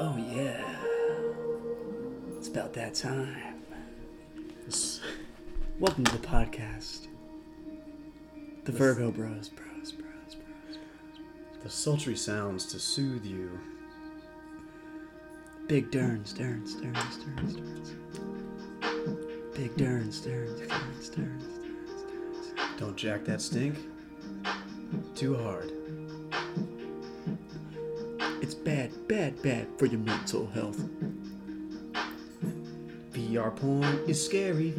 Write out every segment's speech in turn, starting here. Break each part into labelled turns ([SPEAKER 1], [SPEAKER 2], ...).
[SPEAKER 1] Oh, that time. Welcome to the podcast. The Virgo Bros, Bros, Bros, Bros.
[SPEAKER 2] The sultry sounds to soothe you.
[SPEAKER 1] Big Derns, Derns, Derns, Derns, Derns. Big Derns, Derns, Derns, Derns.
[SPEAKER 2] Don't jack that stink too hard.
[SPEAKER 1] It's bad, bad, bad for your mental health.
[SPEAKER 2] VR porn is scary.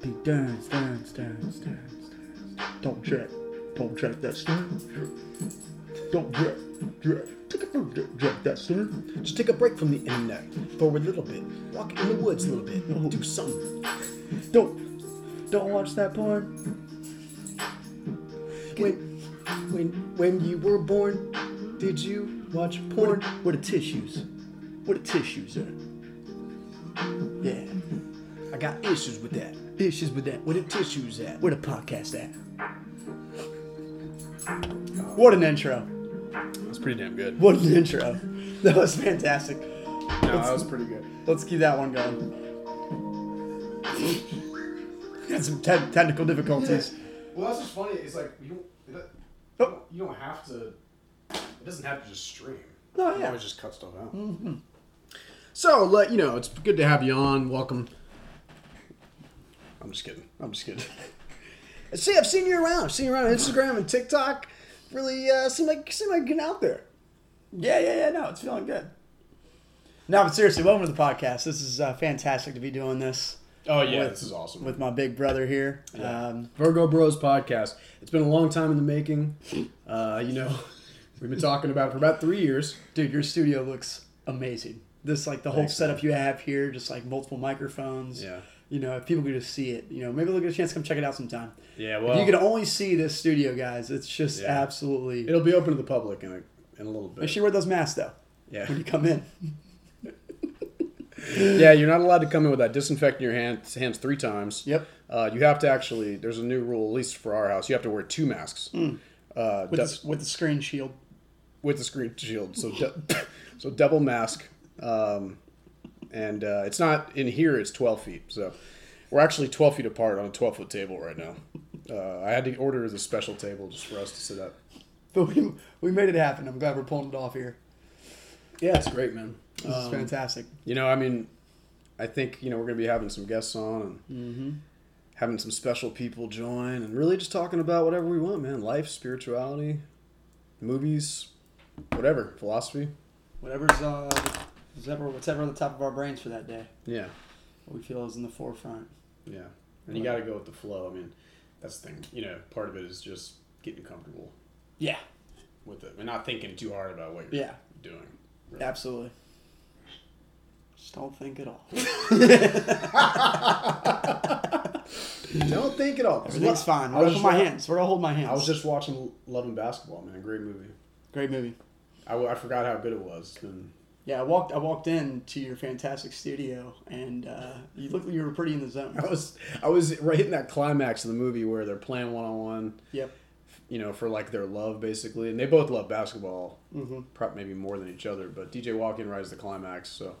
[SPEAKER 1] Big Derns, Derns, Derns, Derns, Derns. Don't check. Don't check that stern. Don't check. Check. Check, check, check that stern.
[SPEAKER 2] Just take a break from the internet. Forward a little bit. Walk in the woods a little bit.
[SPEAKER 1] No.
[SPEAKER 2] Do something.
[SPEAKER 1] Don't. Don't watch that porn.
[SPEAKER 2] When, when, when you were born, did you watch
[SPEAKER 1] Where,
[SPEAKER 2] porn?
[SPEAKER 1] where the tissues? Where the tissues are? Yeah.
[SPEAKER 2] I got issues with that.
[SPEAKER 1] Issues with that.
[SPEAKER 2] Where the tissues at?
[SPEAKER 1] Where the podcast at? What an intro.
[SPEAKER 2] That's pretty damn good.
[SPEAKER 1] What an intro. That was fantastic.
[SPEAKER 2] No, that was pretty good.
[SPEAKER 1] Let's keep that one going. Got some te- technical difficulties.
[SPEAKER 3] Well, that's just funny. It's like you don't, it, don't-
[SPEAKER 1] Oh.
[SPEAKER 3] you don't have to. It doesn't have to just stream.
[SPEAKER 1] No,
[SPEAKER 3] You
[SPEAKER 1] yeah.
[SPEAKER 3] always just cut stuff out.
[SPEAKER 2] Mm-hmm. So, let you know, it's good to have you on. Welcome. I'm just kidding. I'm just kidding. See, I've seen you around. I've seen you around on Instagram and TikTok. Really, uh, seem like seem like getting out there.
[SPEAKER 1] Yeah, yeah, yeah. No, it's feeling good. No, but seriously, welcome to the podcast. This is uh, fantastic to be doing this
[SPEAKER 2] Oh yeah,
[SPEAKER 1] With-
[SPEAKER 2] this is awesome.
[SPEAKER 1] with my big brother here. Um,
[SPEAKER 2] Virgo Bros podcast. It's been a long time in the making. Uh, you know, we've been talking about it for about three years.
[SPEAKER 1] dude, your studio looks amazing. This like the whole setup you have here, just like multiple microphones.
[SPEAKER 2] Yeah.
[SPEAKER 1] You know, if people could just see it, you know, maybe they'll get a chance to come check it out sometime.
[SPEAKER 2] Yeah,
[SPEAKER 1] if you could only see this studio, guys, it's just
[SPEAKER 2] Yeah.
[SPEAKER 1] absolutely.
[SPEAKER 2] it'll be open to the public in a, in a little bit.
[SPEAKER 1] Make sure you wear those masks though
[SPEAKER 2] yeah,
[SPEAKER 1] when you come in.
[SPEAKER 2] yeah. You're not allowed to come in without disinfecting your hands hands three times.
[SPEAKER 1] Yep.
[SPEAKER 2] Uh, you have to actually. There's a new rule, at least for our house. You have to wear two masks. Uh,
[SPEAKER 1] Hmm. With,
[SPEAKER 2] du-
[SPEAKER 1] the, with the screen shield.
[SPEAKER 2] with the screen shield. So, du- so double mask. Um, and uh, it's not in here. It's twelve feet. So we're actually twelve feet apart on a twelve foot table right now. Uh, I had to order the special table just for us to sit at.
[SPEAKER 1] But we, we made it happen. I'm glad we're pulling it off here.
[SPEAKER 2] Yeah, it's great, man.
[SPEAKER 1] This
[SPEAKER 2] Um,
[SPEAKER 1] is fantastic.
[SPEAKER 2] You know, I mean, I think you know we're gonna be having some guests on and having some special people join, and really just talking about whatever we want, man. Life, spirituality, movies, whatever, philosophy.
[SPEAKER 1] Whatever's uh, whatever, whatever on the top of our brains for that day,
[SPEAKER 2] Yeah.
[SPEAKER 1] what we feel is in the forefront.
[SPEAKER 2] Yeah, and you got to go with the flow. I mean, that's the thing. You know, part of it is just getting comfortable
[SPEAKER 1] Yeah,
[SPEAKER 2] with it and not thinking too hard about what you're
[SPEAKER 1] Yeah.
[SPEAKER 2] doing. really.
[SPEAKER 1] absolutely. Just don't think at all.
[SPEAKER 2] Don't think at all.
[SPEAKER 1] Everything's fine.
[SPEAKER 2] I
[SPEAKER 1] I'll hold
[SPEAKER 2] was, just
[SPEAKER 1] my
[SPEAKER 2] wa-
[SPEAKER 1] hands. Where do I hold my hands?
[SPEAKER 2] I was just watching Love and Basketball, man. Great movie.
[SPEAKER 1] Great movie.
[SPEAKER 2] I, w- I forgot how good it was. And
[SPEAKER 1] Yeah, I walked. I walked in to your fantastic studio, and uh, you looked like you were pretty in the zone.
[SPEAKER 2] I was I was right in that climax of the movie where they're playing one on one.
[SPEAKER 1] Yep.
[SPEAKER 2] You know, for like their love, basically, and they both love basketball,
[SPEAKER 1] Mm-hmm.
[SPEAKER 2] probably maybe more than each other. But DJ Walken rides the climax, so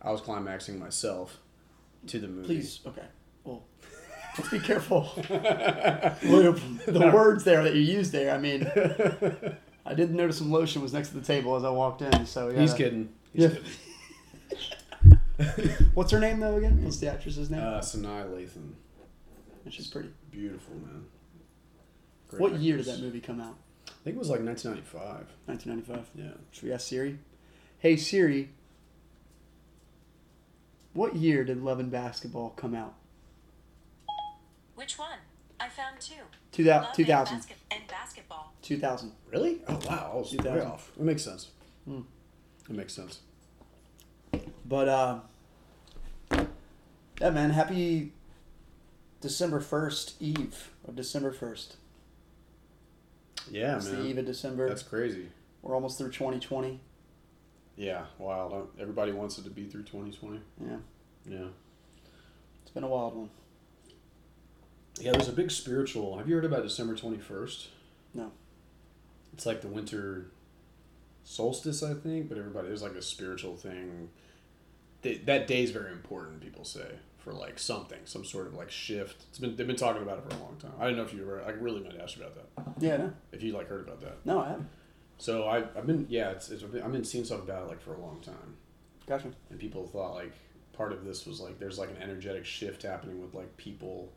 [SPEAKER 2] I was climaxing myself to the movie.
[SPEAKER 1] Please. Okay. Well, let's be careful. Well, the words there that you used there. I mean, I did notice some lotion was next to the table as I walked in. So yeah.
[SPEAKER 2] He's kidding. He's
[SPEAKER 1] Yeah.
[SPEAKER 2] kidding.
[SPEAKER 1] What's her name though again? What's the actress's name?
[SPEAKER 2] Uh, Sanaa Lathan,
[SPEAKER 1] And She's pretty.
[SPEAKER 2] beautiful man. Great
[SPEAKER 1] What year did
[SPEAKER 2] actress.
[SPEAKER 1] that movie come out?
[SPEAKER 2] I think it was like 1995.
[SPEAKER 1] 1995.
[SPEAKER 2] Yeah.
[SPEAKER 1] Should we ask Siri? Hey Siri. What year did Love and Basketball come out?
[SPEAKER 4] Which one? I found two.
[SPEAKER 1] Two
[SPEAKER 4] Love
[SPEAKER 1] thou-
[SPEAKER 4] and
[SPEAKER 1] 2000.
[SPEAKER 4] basket- and basketball.
[SPEAKER 1] 2000.
[SPEAKER 2] Really? Oh wow, I was way
[SPEAKER 1] 2000.
[SPEAKER 2] off. It makes sense.
[SPEAKER 1] Hmm.
[SPEAKER 2] It makes sense.
[SPEAKER 1] But uh, yeah, man. Happy December first, Eve of December first.
[SPEAKER 2] Yeah,
[SPEAKER 1] It's the
[SPEAKER 2] man.
[SPEAKER 1] eve of December.
[SPEAKER 2] That's crazy.
[SPEAKER 1] We're almost through 2020.
[SPEAKER 2] Yeah, wild. huh? Everybody wants it to be through 2020.
[SPEAKER 1] Yeah,
[SPEAKER 2] Yeah.
[SPEAKER 1] it's been a wild one.
[SPEAKER 2] Yeah, there's a big spiritual. Have you heard about December 21st?
[SPEAKER 1] No.
[SPEAKER 2] It's like the winter solstice, I think, but everybody there's like a spiritual thing. they, that day is very important. People say for like something, some sort of like shift. It's been they've been talking about it for a long time. I don't know if you ever. I really meant to ask you about that.
[SPEAKER 1] Yeah, no,
[SPEAKER 2] If you like heard about that.
[SPEAKER 1] no, I haven't.
[SPEAKER 2] So I I've been yeah it's, it's I've been- I've been seeing stuff about it like for a long time,
[SPEAKER 1] Gotcha.
[SPEAKER 2] and people thought like part of this was like there's like an energetic shift happening with like people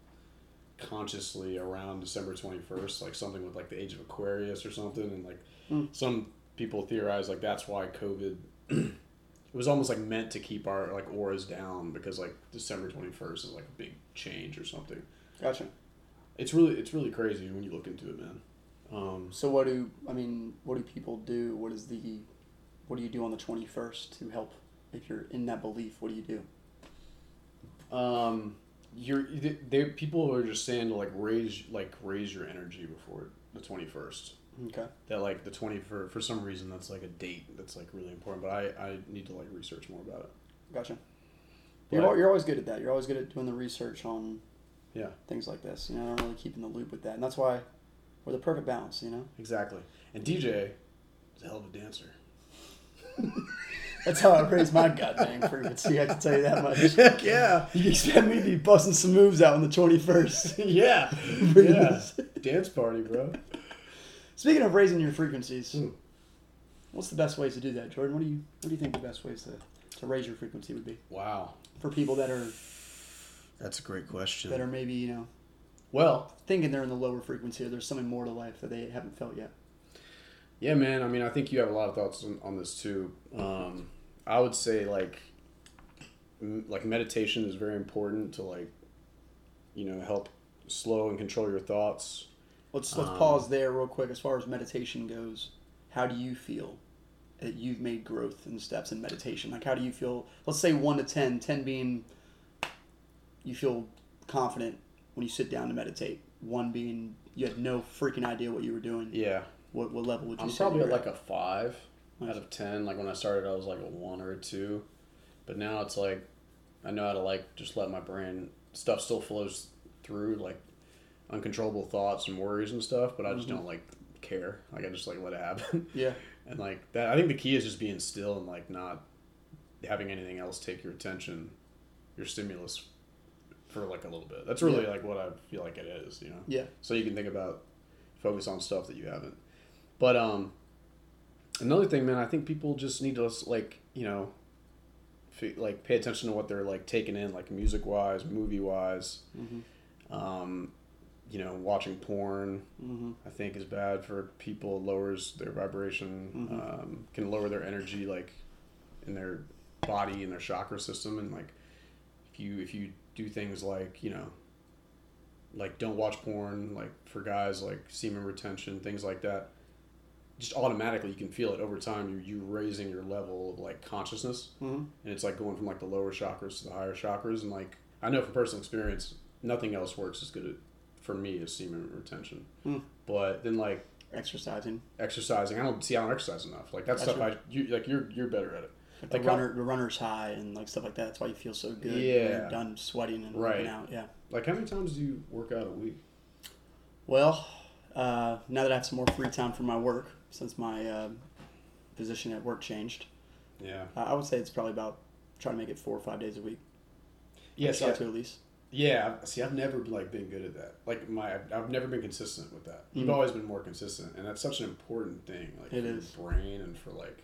[SPEAKER 2] consciously around December 21st, like something with like the age of Aquarius or something. And like some people theorize like that's why COVID, it was almost like meant to keep our like auras down because like December 21st is like a big change or something.
[SPEAKER 1] Gotcha.
[SPEAKER 2] It's really, it's really crazy when you look into it, man. Um,
[SPEAKER 1] So what do I mean? What do people do? What is the, what do you do on the twenty first to help? If you're in that belief, what do you do?
[SPEAKER 2] um, you're, they, they, people are just saying to like raise, like raise your energy before the 21st.
[SPEAKER 1] Okay.
[SPEAKER 2] that like the 20 for for some reason that's like a date that's like really important but i i need to like research more about it
[SPEAKER 1] Gotcha. You're,
[SPEAKER 2] But-
[SPEAKER 1] al- you're always good at that. You're always good at doing the research on
[SPEAKER 2] yeah
[SPEAKER 1] things like this. You know, I don't really keep in the loop with that, and that's why we're the perfect balance. You know,
[SPEAKER 2] exactly and dj is a hell of a dancer
[SPEAKER 1] that's how I raise my goddamn frequency. I can tell you that much.
[SPEAKER 2] heck yeah
[SPEAKER 1] You expect me to be busting some moves out on the twenty first?
[SPEAKER 2] yeah yeah dance party bro
[SPEAKER 1] Speaking of raising your frequencies,
[SPEAKER 2] Hmm.
[SPEAKER 1] what's the best ways to do that, Jordan? What do you what do you think the best ways to, to raise your frequency would be
[SPEAKER 2] wow
[SPEAKER 1] for people that are
[SPEAKER 2] that's a great question
[SPEAKER 1] that are maybe you know
[SPEAKER 2] well
[SPEAKER 1] thinking they're in the lower frequency or there's something more to life that they haven't felt yet.
[SPEAKER 2] Yeah, man. I mean, I think you have a lot of thoughts on, on this too. Um, I would say like, m- like meditation is very important to like, you know, help slow and control your thoughts.
[SPEAKER 1] Let's let's
[SPEAKER 2] Um,
[SPEAKER 1] pause there real quick. As far as meditation goes, how do you feel that you've made growth and steps in meditation? Like how do you feel? Let's say one to 10, 10 being you feel confident when you sit down to meditate. One being you had no freaking idea what you were doing.
[SPEAKER 2] Yeah,
[SPEAKER 1] What, what level would you
[SPEAKER 2] I'm
[SPEAKER 1] say
[SPEAKER 2] probably
[SPEAKER 1] you're
[SPEAKER 2] at like a five
[SPEAKER 1] Nice.
[SPEAKER 2] out of ten. Like when I started, I was like a one or a two, but now it's like I know how to like just let my brain stuff still flows through like uncontrollable thoughts and worries and stuff, but I just don't like care. Like I just like let it happen.
[SPEAKER 1] Yeah.
[SPEAKER 2] and like that i think the key is just being still and like not having anything else take your attention your stimulus for like a little bit that's really like what i feel like it is you know
[SPEAKER 1] Yeah.
[SPEAKER 2] so you can think about focus on stuff that you haven't but um another thing man i think people just need to just, like you know f- like pay attention to what they're like taking in like music wise movie wise um you know watching porn
[SPEAKER 1] hmm
[SPEAKER 2] I think is bad for people. It lowers their vibration, um, can lower their energy, like in their body and their chakra system. And like, if you if you do things like you know, like don't watch porn, like for guys, like semen retention, things like that. Just automatically, you can feel it over time. You you raising your level of like consciousness,
[SPEAKER 1] hmm
[SPEAKER 2] and it's like going from like the lower chakras to the higher chakras. And like I know from personal experience, nothing else works as good at, for me as semen retention.
[SPEAKER 1] Hmm.
[SPEAKER 2] But then like
[SPEAKER 1] Exercising.
[SPEAKER 2] exercising, I don't see I don't exercise enough. Like that's
[SPEAKER 1] That's
[SPEAKER 2] stuff I you like you're you're better at it.
[SPEAKER 1] Like
[SPEAKER 2] Like,
[SPEAKER 1] the, runner, the runner's high and like stuff like that. That's why you feel so good. when
[SPEAKER 2] Yeah.
[SPEAKER 1] You're done sweating and
[SPEAKER 2] Right.
[SPEAKER 1] working out. Yeah.
[SPEAKER 2] Like how many times do you work out a week?
[SPEAKER 1] Well, uh, now that I have some more free time for my work, since my uh, position at work changed,
[SPEAKER 2] Yeah.
[SPEAKER 1] uh, I would say it's probably about try to make it four or five days a week.
[SPEAKER 2] Yeah.
[SPEAKER 1] try
[SPEAKER 2] See,
[SPEAKER 1] to
[SPEAKER 2] I-
[SPEAKER 1] at least.
[SPEAKER 2] yeah. See, I've never like been good at that. Like my, I've, I've never been consistent with that. You've
[SPEAKER 1] Mhm.
[SPEAKER 2] always been more consistent, and that's such an important thing. Like
[SPEAKER 1] It
[SPEAKER 2] for
[SPEAKER 1] is.
[SPEAKER 2] your brain and for like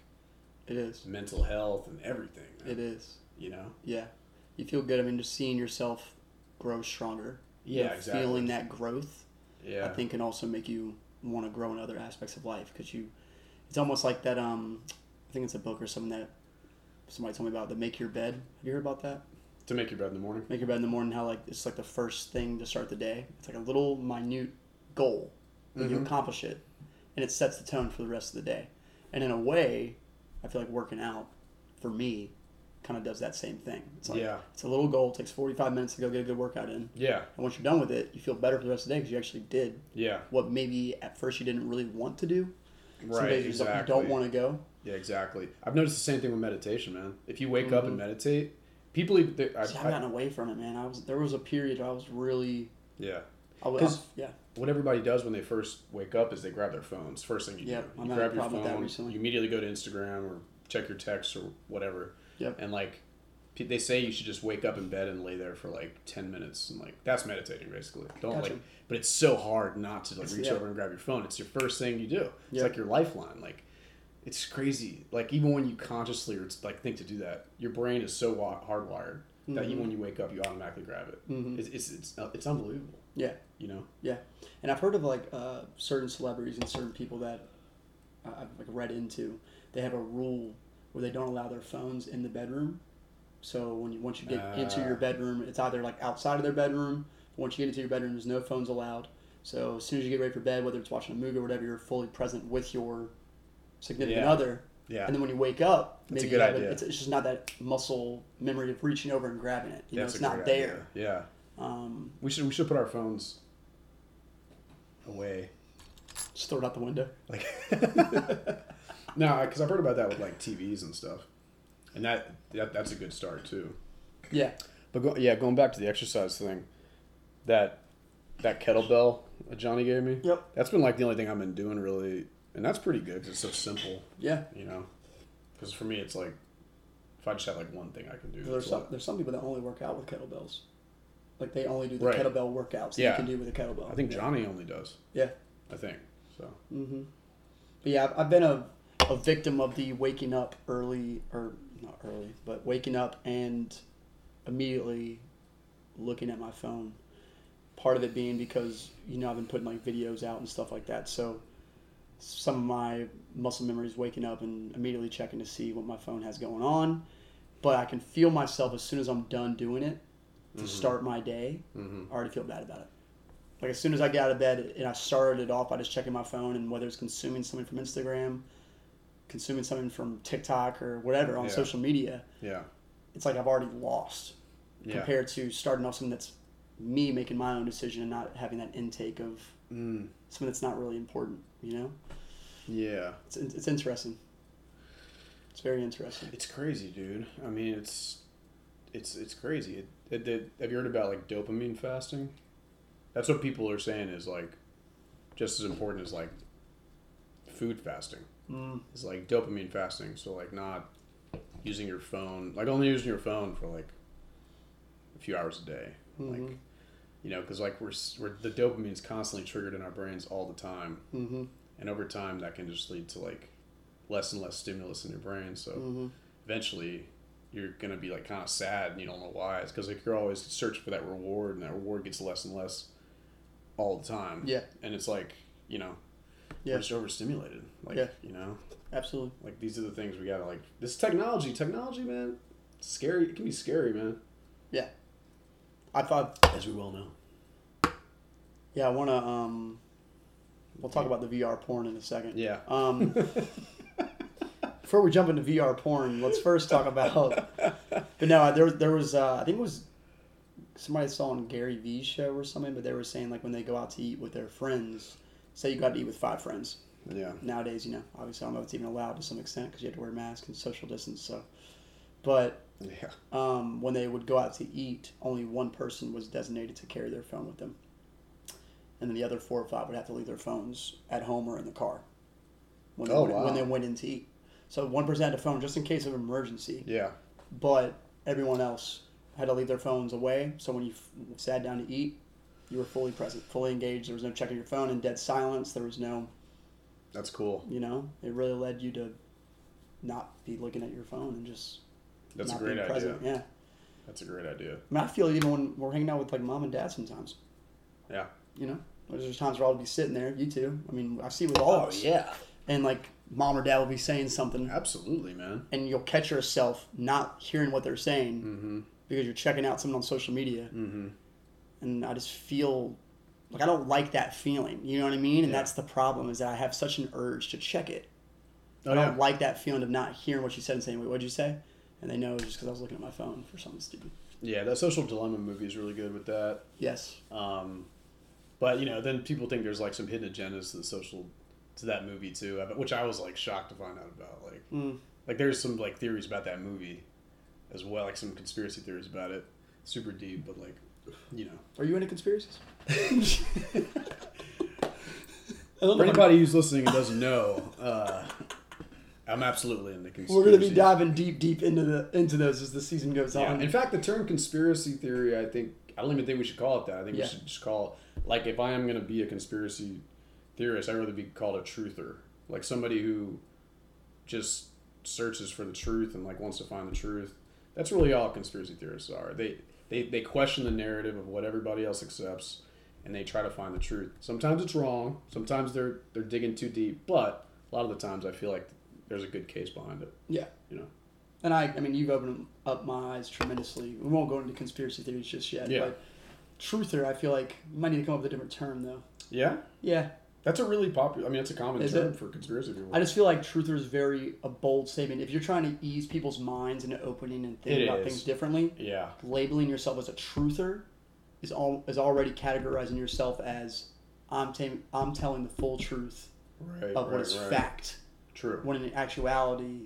[SPEAKER 1] It is.
[SPEAKER 2] mental health and everything. man.
[SPEAKER 1] It is.
[SPEAKER 2] You know.
[SPEAKER 1] Yeah. You feel good. I mean, just seeing yourself grow stronger. you
[SPEAKER 2] Yeah.
[SPEAKER 1] know,
[SPEAKER 2] Exactly.
[SPEAKER 1] Feeling that growth,
[SPEAKER 2] Yeah.
[SPEAKER 1] I think, can also make you want to grow in other aspects of life because you. It's almost like that. Um, I think it's a book or something that somebody told me about. The Make Your Bed. Have you heard about that?
[SPEAKER 2] to make your bed in the morning.
[SPEAKER 1] make your bed in the morning how like it's like the first thing to start the day it's like a little minute goal and you
[SPEAKER 2] Mhm.
[SPEAKER 1] accomplish it and it sets the tone for the rest of the day and in a way i feel like working out for me kind of does that same thing it's like
[SPEAKER 2] Yeah.
[SPEAKER 1] it's a little goal it takes 45 minutes to go get a good workout in and
[SPEAKER 2] Yeah.
[SPEAKER 1] once you're done with it you feel better for the rest of the day because you actually did
[SPEAKER 2] Yeah.
[SPEAKER 1] what maybe at first you didn't really want to do
[SPEAKER 2] Right.
[SPEAKER 1] some days you just don't-
[SPEAKER 2] exactly.
[SPEAKER 1] you don't want to go
[SPEAKER 2] Yeah, exactly. I've noticed the same thing with meditation, man. If you wake up and meditate, people. even- They, I,
[SPEAKER 1] Mm-hmm. See, i've
[SPEAKER 2] I,
[SPEAKER 1] gotten away from it man i was there was a period i was really
[SPEAKER 2] yeah.
[SPEAKER 1] I was,
[SPEAKER 2] 'Cause-
[SPEAKER 1] yeah
[SPEAKER 2] What everybody does when they first wake up is they grab their phones. First thing you
[SPEAKER 1] Yeah,
[SPEAKER 2] do,
[SPEAKER 1] I'm
[SPEAKER 2] you
[SPEAKER 1] having
[SPEAKER 2] grab
[SPEAKER 1] a
[SPEAKER 2] your
[SPEAKER 1] problem with that
[SPEAKER 2] phone.
[SPEAKER 1] recently.
[SPEAKER 2] You immediately go to Instagram or check your texts or whatever.
[SPEAKER 1] Yep.
[SPEAKER 2] And like, pe- they say you should just wake up in bed and lay there for like 10 minutes and like that's meditating basically don't
[SPEAKER 1] Gotcha.
[SPEAKER 2] like but it's so hard not to like
[SPEAKER 1] It's-
[SPEAKER 2] reach
[SPEAKER 1] yeah.
[SPEAKER 2] over and grab your phone it's your first thing you do it's
[SPEAKER 1] Yeah.
[SPEAKER 2] like your lifeline like it's crazy like even when you consciously or, like think to do that your brain is so wa- hardwired that
[SPEAKER 1] Mm-hmm.
[SPEAKER 2] even when you wake up you automatically grab it it's, it's, it's, uh, it's unbelievable
[SPEAKER 1] Yeah,
[SPEAKER 2] you know
[SPEAKER 1] yeah. And I've heard of like uh, certain celebrities and certain people that I- I've like read into. They have a rule where they don't allow their phones in the bedroom. So when you once you get into
[SPEAKER 2] Ah.
[SPEAKER 1] your bedroom, it's either like outside of their bedroom. Once you get into your bedroom, there's no phones allowed. So as soon as you get ready for bed, whether it's watching a movie or whatever, you're fully present with your significant
[SPEAKER 2] Yeah.
[SPEAKER 1] other.
[SPEAKER 2] yeah
[SPEAKER 1] And then when you wake up,
[SPEAKER 2] That's a
[SPEAKER 1] maybe
[SPEAKER 2] good
[SPEAKER 1] you have
[SPEAKER 2] idea.
[SPEAKER 1] it's, it's just not that muscle memory of reaching over and grabbing it. You know,
[SPEAKER 2] That's
[SPEAKER 1] it's
[SPEAKER 2] a
[SPEAKER 1] not
[SPEAKER 2] great
[SPEAKER 1] there.
[SPEAKER 2] idea. yeah
[SPEAKER 1] Um,
[SPEAKER 2] we should we should put our phones away
[SPEAKER 1] just throw it out the window.
[SPEAKER 2] Like, no, because I've heard about that with like TVs and stuff, and that, that that's a good start too.
[SPEAKER 1] Yeah.
[SPEAKER 2] But go, yeah, going back to the exercise thing, that that kettlebell that Johnny gave me.
[SPEAKER 1] Yep.
[SPEAKER 2] That's been like the only thing I've been doing really, and that's pretty good because it's so simple,
[SPEAKER 1] Yeah.
[SPEAKER 2] you know. Because for me, it's like if I just have like one thing I can do.
[SPEAKER 1] There's
[SPEAKER 2] it's
[SPEAKER 1] some
[SPEAKER 2] like-
[SPEAKER 1] there's some people that only work out with kettlebells. Like they only do the
[SPEAKER 2] Right.
[SPEAKER 1] kettlebell workouts that
[SPEAKER 2] Yeah.
[SPEAKER 1] you can do with a kettlebell.
[SPEAKER 2] I think Johnny only does.
[SPEAKER 1] Yeah.
[SPEAKER 2] I think so.
[SPEAKER 1] Mm-hmm. But yeah, I've, I've been a, a victim of the waking up early, or not early, but waking up and immediately looking at my phone. Part of it being because, you know, I've been putting like videos out and stuff like that. So some of my muscle memory is waking up and immediately checking to see what my phone has going on. But I can feel myself as soon as I'm done doing it to start my day.
[SPEAKER 2] Mm-hmm. Mm.
[SPEAKER 1] I already feel bad about it. Like as soon as I get out of bed and I started it off by just checking my phone and whether it's consuming something from Instagram, consuming something from TikTok or whatever on
[SPEAKER 2] Yeah.
[SPEAKER 1] social media,
[SPEAKER 2] Yeah.
[SPEAKER 1] it's like I've already lost
[SPEAKER 2] Yeah.
[SPEAKER 1] compared to starting off something that's me making my own decision and not having that intake of
[SPEAKER 2] Mm,
[SPEAKER 1] something that's not really important. You know,
[SPEAKER 2] yeah.
[SPEAKER 1] it's it's interesting. It's very interesting.
[SPEAKER 2] It's crazy, dude. I mean, it's it's it's crazy. It, it, it- have you heard about like dopamine fasting? That's what people are saying is like just as important as like food fasting.
[SPEAKER 1] Mm,
[SPEAKER 2] It's like dopamine fasting, so like not using your phone, like only using your phone for like a few hours a day, like
[SPEAKER 1] Mhm.
[SPEAKER 2] you know, because like we're, s- we're the dopamine's constantly triggered in our brains all the time,
[SPEAKER 1] mm-hmm.
[SPEAKER 2] and over time that can just lead to like less and less stimulus in your brain. So
[SPEAKER 1] Mhm.
[SPEAKER 2] eventually you're gonna be like kind of sad and you don't know why. It's because like you're always searching for that reward, and that reward gets less and less all the time.
[SPEAKER 1] Yeah.
[SPEAKER 2] and it's like you know,
[SPEAKER 1] Yeah.
[SPEAKER 2] we're just overstimulated. Like
[SPEAKER 1] Yeah.
[SPEAKER 2] you know,
[SPEAKER 1] Absolutely.
[SPEAKER 2] like these are the things we gotta like. This technology, technology, man, it's scary. It can be scary, man.
[SPEAKER 1] Yeah. I thought
[SPEAKER 2] As we well know.
[SPEAKER 1] Yeah, I want to. Um, we'll talk about the VR porn in a second.
[SPEAKER 2] Yeah.
[SPEAKER 1] Um, before we jump into VR porn, let's first talk about. But no, there there was uh, I think it was somebody I saw on Gary Vee's show or something, but they were saying like when they go out to eat with their friends, say you got to eat with five friends.
[SPEAKER 2] Yeah.
[SPEAKER 1] Nowadays, you know, obviously I don't know if it's even allowed to some extent because you have to wear a mask and social distance. So, but
[SPEAKER 2] Yeah.
[SPEAKER 1] um, when they would go out to eat, only one person was designated to carry their phone with them. And then the other four or five would have to leave their phones at home or in the car when,
[SPEAKER 2] Oh,
[SPEAKER 1] they, went,
[SPEAKER 2] wow.
[SPEAKER 1] when they went in to eat. So one person had a phone just in case of emergency,
[SPEAKER 2] Yeah.
[SPEAKER 1] but everyone else had to leave their phones away. So when you f- sat down to eat, you were fully present, fully engaged. There was no checking your phone in dead silence. There was no,
[SPEAKER 2] That's cool.
[SPEAKER 1] you know, it really led you to not be looking at your phone and just
[SPEAKER 2] That's
[SPEAKER 1] not
[SPEAKER 2] a great
[SPEAKER 1] being
[SPEAKER 2] idea.
[SPEAKER 1] present. Yeah.
[SPEAKER 2] That's a great idea.
[SPEAKER 1] I mean, I feel even when we're hanging out with like mom and dad sometimes,
[SPEAKER 2] Yeah.
[SPEAKER 1] you know, there's times where I'll be sitting there, you two. I mean, I see it with all of us.
[SPEAKER 2] Oh, yeah.
[SPEAKER 1] And like mom or dad will be saying something,
[SPEAKER 2] Absolutely, man.
[SPEAKER 1] and you'll catch yourself not hearing what they're saying
[SPEAKER 2] Mm-hmm.
[SPEAKER 1] because you're checking out something on social media. Mm-hmm. And I just feel like I don't like that feeling. You know what I mean? And
[SPEAKER 2] Yeah.
[SPEAKER 1] that's the problem is that I have such an urge to check it.
[SPEAKER 2] Oh,
[SPEAKER 1] I
[SPEAKER 2] yeah.
[SPEAKER 1] don't like that feeling of not hearing what you said and saying, "Wait, what'd you say?" And they know it's just because I was looking at my phone for something stupid.
[SPEAKER 2] yeah. That social dilemma movie is really good with that.
[SPEAKER 1] Yes.
[SPEAKER 2] Um, but you know, then people think there's like some hidden agendas to the social to that movie too, uh, which I was like shocked to find out about. Like,
[SPEAKER 1] Mm.
[SPEAKER 2] like there's some like theories about that movie as well, like some conspiracy theories about it. Super deep, but like, you know,
[SPEAKER 1] Are you into conspiracies?
[SPEAKER 2] for anybody who's listening and doesn't know, uh, I'm absolutely in the conspiracy.
[SPEAKER 1] We're going to be diving deep, deep into the into those as the season goes
[SPEAKER 2] Yeah.
[SPEAKER 1] on.
[SPEAKER 2] In fact, the term conspiracy theory, I think, I don't even think we should call it that. I think
[SPEAKER 1] Yeah.
[SPEAKER 2] we should just call it, like, if I am going to be a conspiracy theorist, I'd rather be called a truther. Like, somebody who just searches for the truth and, like, wants to find the truth. That's really all conspiracy theorists are. They, they, they question the narrative of what everybody else accepts and they try to find the truth. Sometimes it's wrong. Sometimes they're, they're digging too deep. But a lot of the times I feel like there's a good case behind it,
[SPEAKER 1] yeah.
[SPEAKER 2] you know?
[SPEAKER 1] And I, I mean, you've opened up my eyes tremendously. We won't go into conspiracy theories just yet.
[SPEAKER 2] Yeah.
[SPEAKER 1] But truther, I feel like we might need to come up with a different term though.
[SPEAKER 2] Yeah.
[SPEAKER 1] Yeah,
[SPEAKER 2] That's a really popular. I mean, that's a common
[SPEAKER 1] Is
[SPEAKER 2] term
[SPEAKER 1] it?
[SPEAKER 2] for conspiracy people.
[SPEAKER 1] I just feel like truther is very a bold statement. If you're trying to ease people's minds into opening and thinking
[SPEAKER 2] It
[SPEAKER 1] about
[SPEAKER 2] is.
[SPEAKER 1] things differently,
[SPEAKER 2] yeah,
[SPEAKER 1] labeling yourself as a truther is all is already categorizing yourself as I'm tam- I'm telling the full truth
[SPEAKER 2] right.
[SPEAKER 1] of
[SPEAKER 2] right,
[SPEAKER 1] what is
[SPEAKER 2] right.
[SPEAKER 1] fact.
[SPEAKER 2] True.
[SPEAKER 1] When in actuality,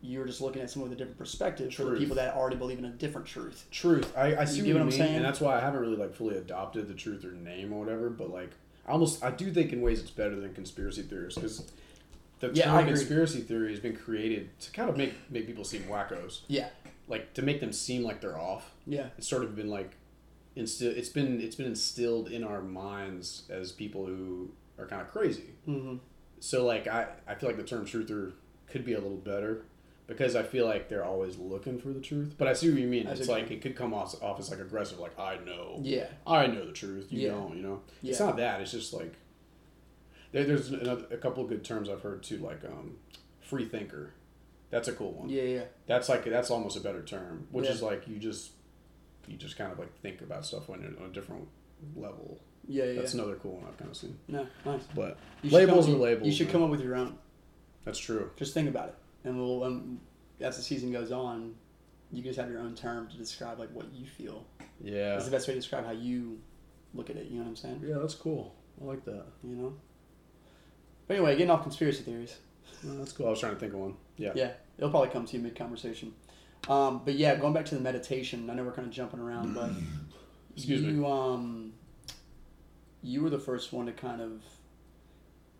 [SPEAKER 1] you're just looking at someone with a different perspective for the
[SPEAKER 2] Truth.
[SPEAKER 1] people that already believe in a different truth.
[SPEAKER 2] Truth. I, I see
[SPEAKER 1] You
[SPEAKER 2] what
[SPEAKER 1] get
[SPEAKER 2] you
[SPEAKER 1] what I'm
[SPEAKER 2] mean,
[SPEAKER 1] saying?
[SPEAKER 2] and that's why I haven't really like fully adopted the truth or name or whatever. But like, I almost I do think in ways it's better than conspiracy theorists because the
[SPEAKER 1] Yeah, I
[SPEAKER 2] term
[SPEAKER 1] agree.
[SPEAKER 2] conspiracy theory has been created to kind of make make people seem wackos,
[SPEAKER 1] Yeah,
[SPEAKER 2] like to make them seem like they're off.
[SPEAKER 1] yeah,
[SPEAKER 2] It's sort of been like, insti- it's been it's been instilled in our minds as people who are kind of crazy.
[SPEAKER 1] hmm
[SPEAKER 2] so like I, I feel like the term truther could be a little better because I feel like they're always looking for the truth. But I see what you mean.
[SPEAKER 1] I see
[SPEAKER 2] It's
[SPEAKER 1] what you
[SPEAKER 2] like it could come off, off as like aggressive, like I know,
[SPEAKER 1] yeah.
[SPEAKER 2] I know the truth. You
[SPEAKER 1] Yeah.
[SPEAKER 2] don't, you know. It's
[SPEAKER 1] Yeah.
[SPEAKER 2] not that. It's just like there, there's another, a couple of good terms I've heard too, like um, free thinker. That's a cool one.
[SPEAKER 1] Yeah, yeah,
[SPEAKER 2] That's like that's almost a better term, which
[SPEAKER 1] Yeah.
[SPEAKER 2] is like you just you just kind of like think about stuff on a, on a different level.
[SPEAKER 1] yeah, yeah.
[SPEAKER 2] That's
[SPEAKER 1] yeah.
[SPEAKER 2] another cool one I've kind of seen.
[SPEAKER 1] no, nice.
[SPEAKER 2] But
[SPEAKER 1] You should
[SPEAKER 2] labels
[SPEAKER 1] come
[SPEAKER 2] are
[SPEAKER 1] up-
[SPEAKER 2] labels.
[SPEAKER 1] You should
[SPEAKER 2] man.
[SPEAKER 1] come up with your own.
[SPEAKER 2] That's true.
[SPEAKER 1] Just think about it, and we'll um, as the season goes on, you can just have your own term to describe like what you feel.
[SPEAKER 2] Yeah.
[SPEAKER 1] That's the best way to describe how you look at it. You know what I'm saying?
[SPEAKER 2] Yeah, that's cool. I like that.
[SPEAKER 1] You know. But anyway, getting off conspiracy theories.
[SPEAKER 2] No, that's cool. I was trying to think of one. Yeah.
[SPEAKER 1] Yeah, it'll probably come to you mid conversation. Um, but yeah, going back to the meditation. I know we're kind of jumping around, but
[SPEAKER 2] Excuse
[SPEAKER 1] you,
[SPEAKER 2] me.
[SPEAKER 1] Um, you were the first one to kind of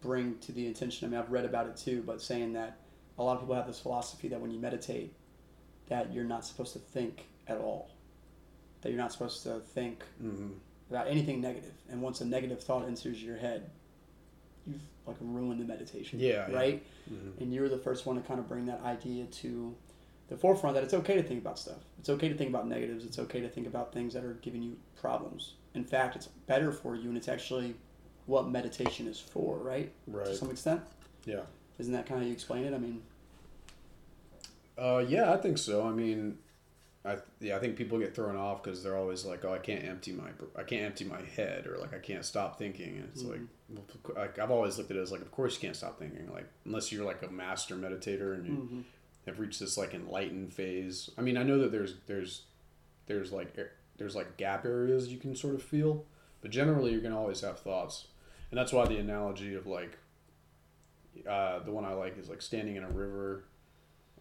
[SPEAKER 1] bring to the attention. I mean, I've read about it too, but saying that a lot of people have this philosophy that when you meditate, that you're not supposed to think at all, that you're not supposed to think
[SPEAKER 2] Mm-hmm.
[SPEAKER 1] about anything negative. And once a negative thought enters your head, you've like ruined the meditation.
[SPEAKER 2] Yeah, yeah.
[SPEAKER 1] Right.
[SPEAKER 2] Mhm.
[SPEAKER 1] And you were the first one to kind of bring that idea to the forefront that it's okay to think about stuff. It's okay to think about negatives. It's okay to think about things that are giving you problems. In fact, it's better for you, and it's actually what meditation is for, right?
[SPEAKER 2] Right.
[SPEAKER 1] To some extent.
[SPEAKER 2] Yeah.
[SPEAKER 1] Isn't that kind of how you explain it? I mean,
[SPEAKER 2] Uh, yeah, I think so. I mean, I yeah, I think people get thrown off because they're always like, "Oh, I can't empty my, br- I can't empty my head," or like, "I can't stop thinking." And it's like, well, of cou- like, I've always looked at it as like, of course you can't stop thinking, like unless you're like a master meditator and you
[SPEAKER 1] Mhm.
[SPEAKER 2] have reached this like enlightened phase. I mean, I know that there's there's there's like ar- there's like gap areas you can sort of feel, but generally you're gonna always have thoughts, and that's why the analogy of like uh, the one I like is like standing in a river,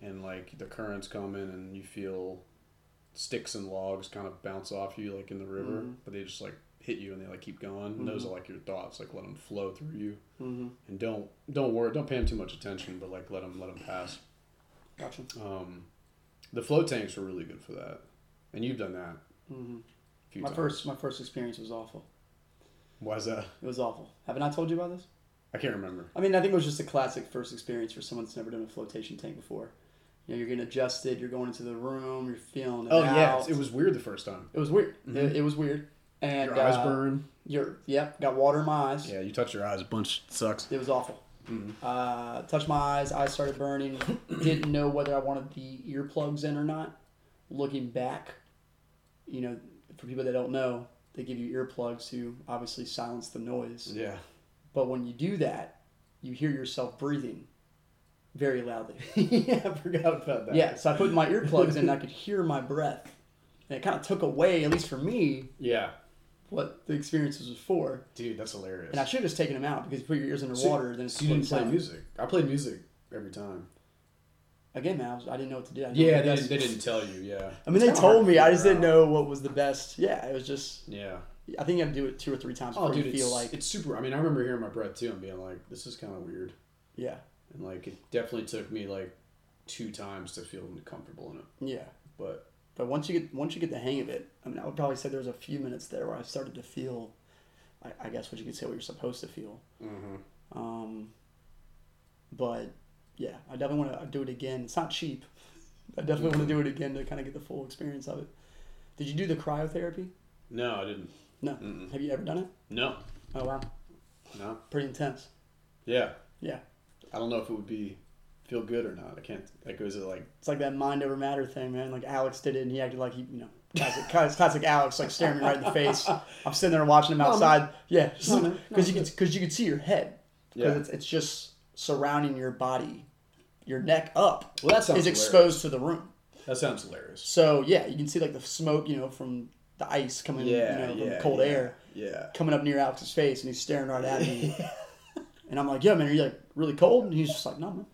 [SPEAKER 2] and like the currents coming, and you feel sticks and logs kind of bounce off you like in the river,
[SPEAKER 1] Mhm.
[SPEAKER 2] but they just like hit you and they like keep going. And those are like your thoughts, like let them flow through you,
[SPEAKER 1] mm-hmm.
[SPEAKER 2] and don't don't worry, don't pay them too much attention, but like let them let them pass.
[SPEAKER 1] gotcha.
[SPEAKER 2] Um, the float tanks were really good for that, and you've done that.
[SPEAKER 1] Mhm.
[SPEAKER 2] A few
[SPEAKER 1] My
[SPEAKER 2] times.
[SPEAKER 1] first, my first experience was awful.
[SPEAKER 2] Why is that?
[SPEAKER 1] It was awful. Haven't I told you about this?
[SPEAKER 2] I can't remember.
[SPEAKER 1] I mean, I think it was just a classic first experience for someone that's never done a flotation tank before. You know, you're getting adjusted. You're going into the room. You're feeling. It
[SPEAKER 2] Oh
[SPEAKER 1] out.
[SPEAKER 2] yeah, it was weird the first time.
[SPEAKER 1] It was weird. It, it was weird. And
[SPEAKER 2] Mm-hmm. Your eyes
[SPEAKER 1] uh,
[SPEAKER 2] burn.
[SPEAKER 1] Your yep, got water in my eyes.
[SPEAKER 2] Yeah, Mm-hmm. you touch your eyes a bunch. Sucks.
[SPEAKER 1] It was awful. Uh, touched my eyes. Eyes started burning. Didn't know whether I wanted the earplugs in or not. Looking back, you know, for people that don't know, they give you earplugs to obviously silence the noise.
[SPEAKER 2] Yeah.
[SPEAKER 1] But when you do that, you hear yourself breathing very loudly. yeah,
[SPEAKER 2] I forgot about that.
[SPEAKER 1] Yeah, so I put my earplugs in and I could hear my breath. And it kind of took away, at least for me,
[SPEAKER 2] Yeah,
[SPEAKER 1] what the experience was for.
[SPEAKER 2] dude, that's hilarious.
[SPEAKER 1] And I should have just taken them out because you put your ears underwater, then it's
[SPEAKER 2] So you didn't
[SPEAKER 1] splits
[SPEAKER 2] play
[SPEAKER 1] out.
[SPEAKER 2] music. I played music every time.
[SPEAKER 1] Again, man, I, was, I didn't know what to do. I didn't know
[SPEAKER 2] Yeah,
[SPEAKER 1] what
[SPEAKER 2] they
[SPEAKER 1] the
[SPEAKER 2] didn't,
[SPEAKER 1] best-
[SPEAKER 2] they didn't tell you. Yeah.
[SPEAKER 1] I mean, they told me. I just didn't know what was the best. Yeah, it was just.
[SPEAKER 2] Yeah.
[SPEAKER 1] I think you have to do it two or three times before
[SPEAKER 2] Oh, dude,
[SPEAKER 1] you feel
[SPEAKER 2] it's,
[SPEAKER 1] like.
[SPEAKER 2] it's super. I mean, I remember hearing my breath too and being like, "This is kind of weird."
[SPEAKER 1] Yeah,
[SPEAKER 2] and like it definitely took me like two times to feel comfortable in it.
[SPEAKER 1] Yeah.
[SPEAKER 2] But
[SPEAKER 1] But once you get once you get the hang of it, I mean, I would probably say there was a few minutes there where I started to feel, I, I guess what you could say what you're supposed to feel. Um, but yeah, I definitely want to do it again. It's not cheap. I definitely want to do it again to kind of get the full experience of it. Did you do the cryotherapy?
[SPEAKER 2] no, I didn't.
[SPEAKER 1] No. Have you ever done it?
[SPEAKER 2] No,
[SPEAKER 1] Oh wow,
[SPEAKER 2] no.
[SPEAKER 1] pretty intense.
[SPEAKER 2] Yeah,
[SPEAKER 1] Yeah,
[SPEAKER 2] I don't know if it would be feel good or not. I can't. Like, was it like
[SPEAKER 1] it's like that mind over matter thing, man. Like Alex did it, and he acted like he, you know, classic, classic, classic Alex, like staring me right in the face. I'm sitting there watching him outside. yeah,
[SPEAKER 2] No, man. No,
[SPEAKER 1] because you
[SPEAKER 2] it's
[SPEAKER 1] could because you could see your head.
[SPEAKER 2] Yeah.
[SPEAKER 1] Because it's, it's just surrounding your body, your neck up.
[SPEAKER 2] Well, that sounds
[SPEAKER 1] is
[SPEAKER 2] hilarious.
[SPEAKER 1] exposed to the room.
[SPEAKER 2] that sounds hilarious.
[SPEAKER 1] So yeah, you can see like the smoke, you know, from the ice coming,
[SPEAKER 2] Yeah,
[SPEAKER 1] you know, from
[SPEAKER 2] yeah,
[SPEAKER 1] the cold
[SPEAKER 2] yeah,
[SPEAKER 1] air
[SPEAKER 2] Yeah.
[SPEAKER 1] coming up near Alex's face, and he's staring right at me. and I'm like, "Yo, man, are you like really cold?" And he's just like, "No, man,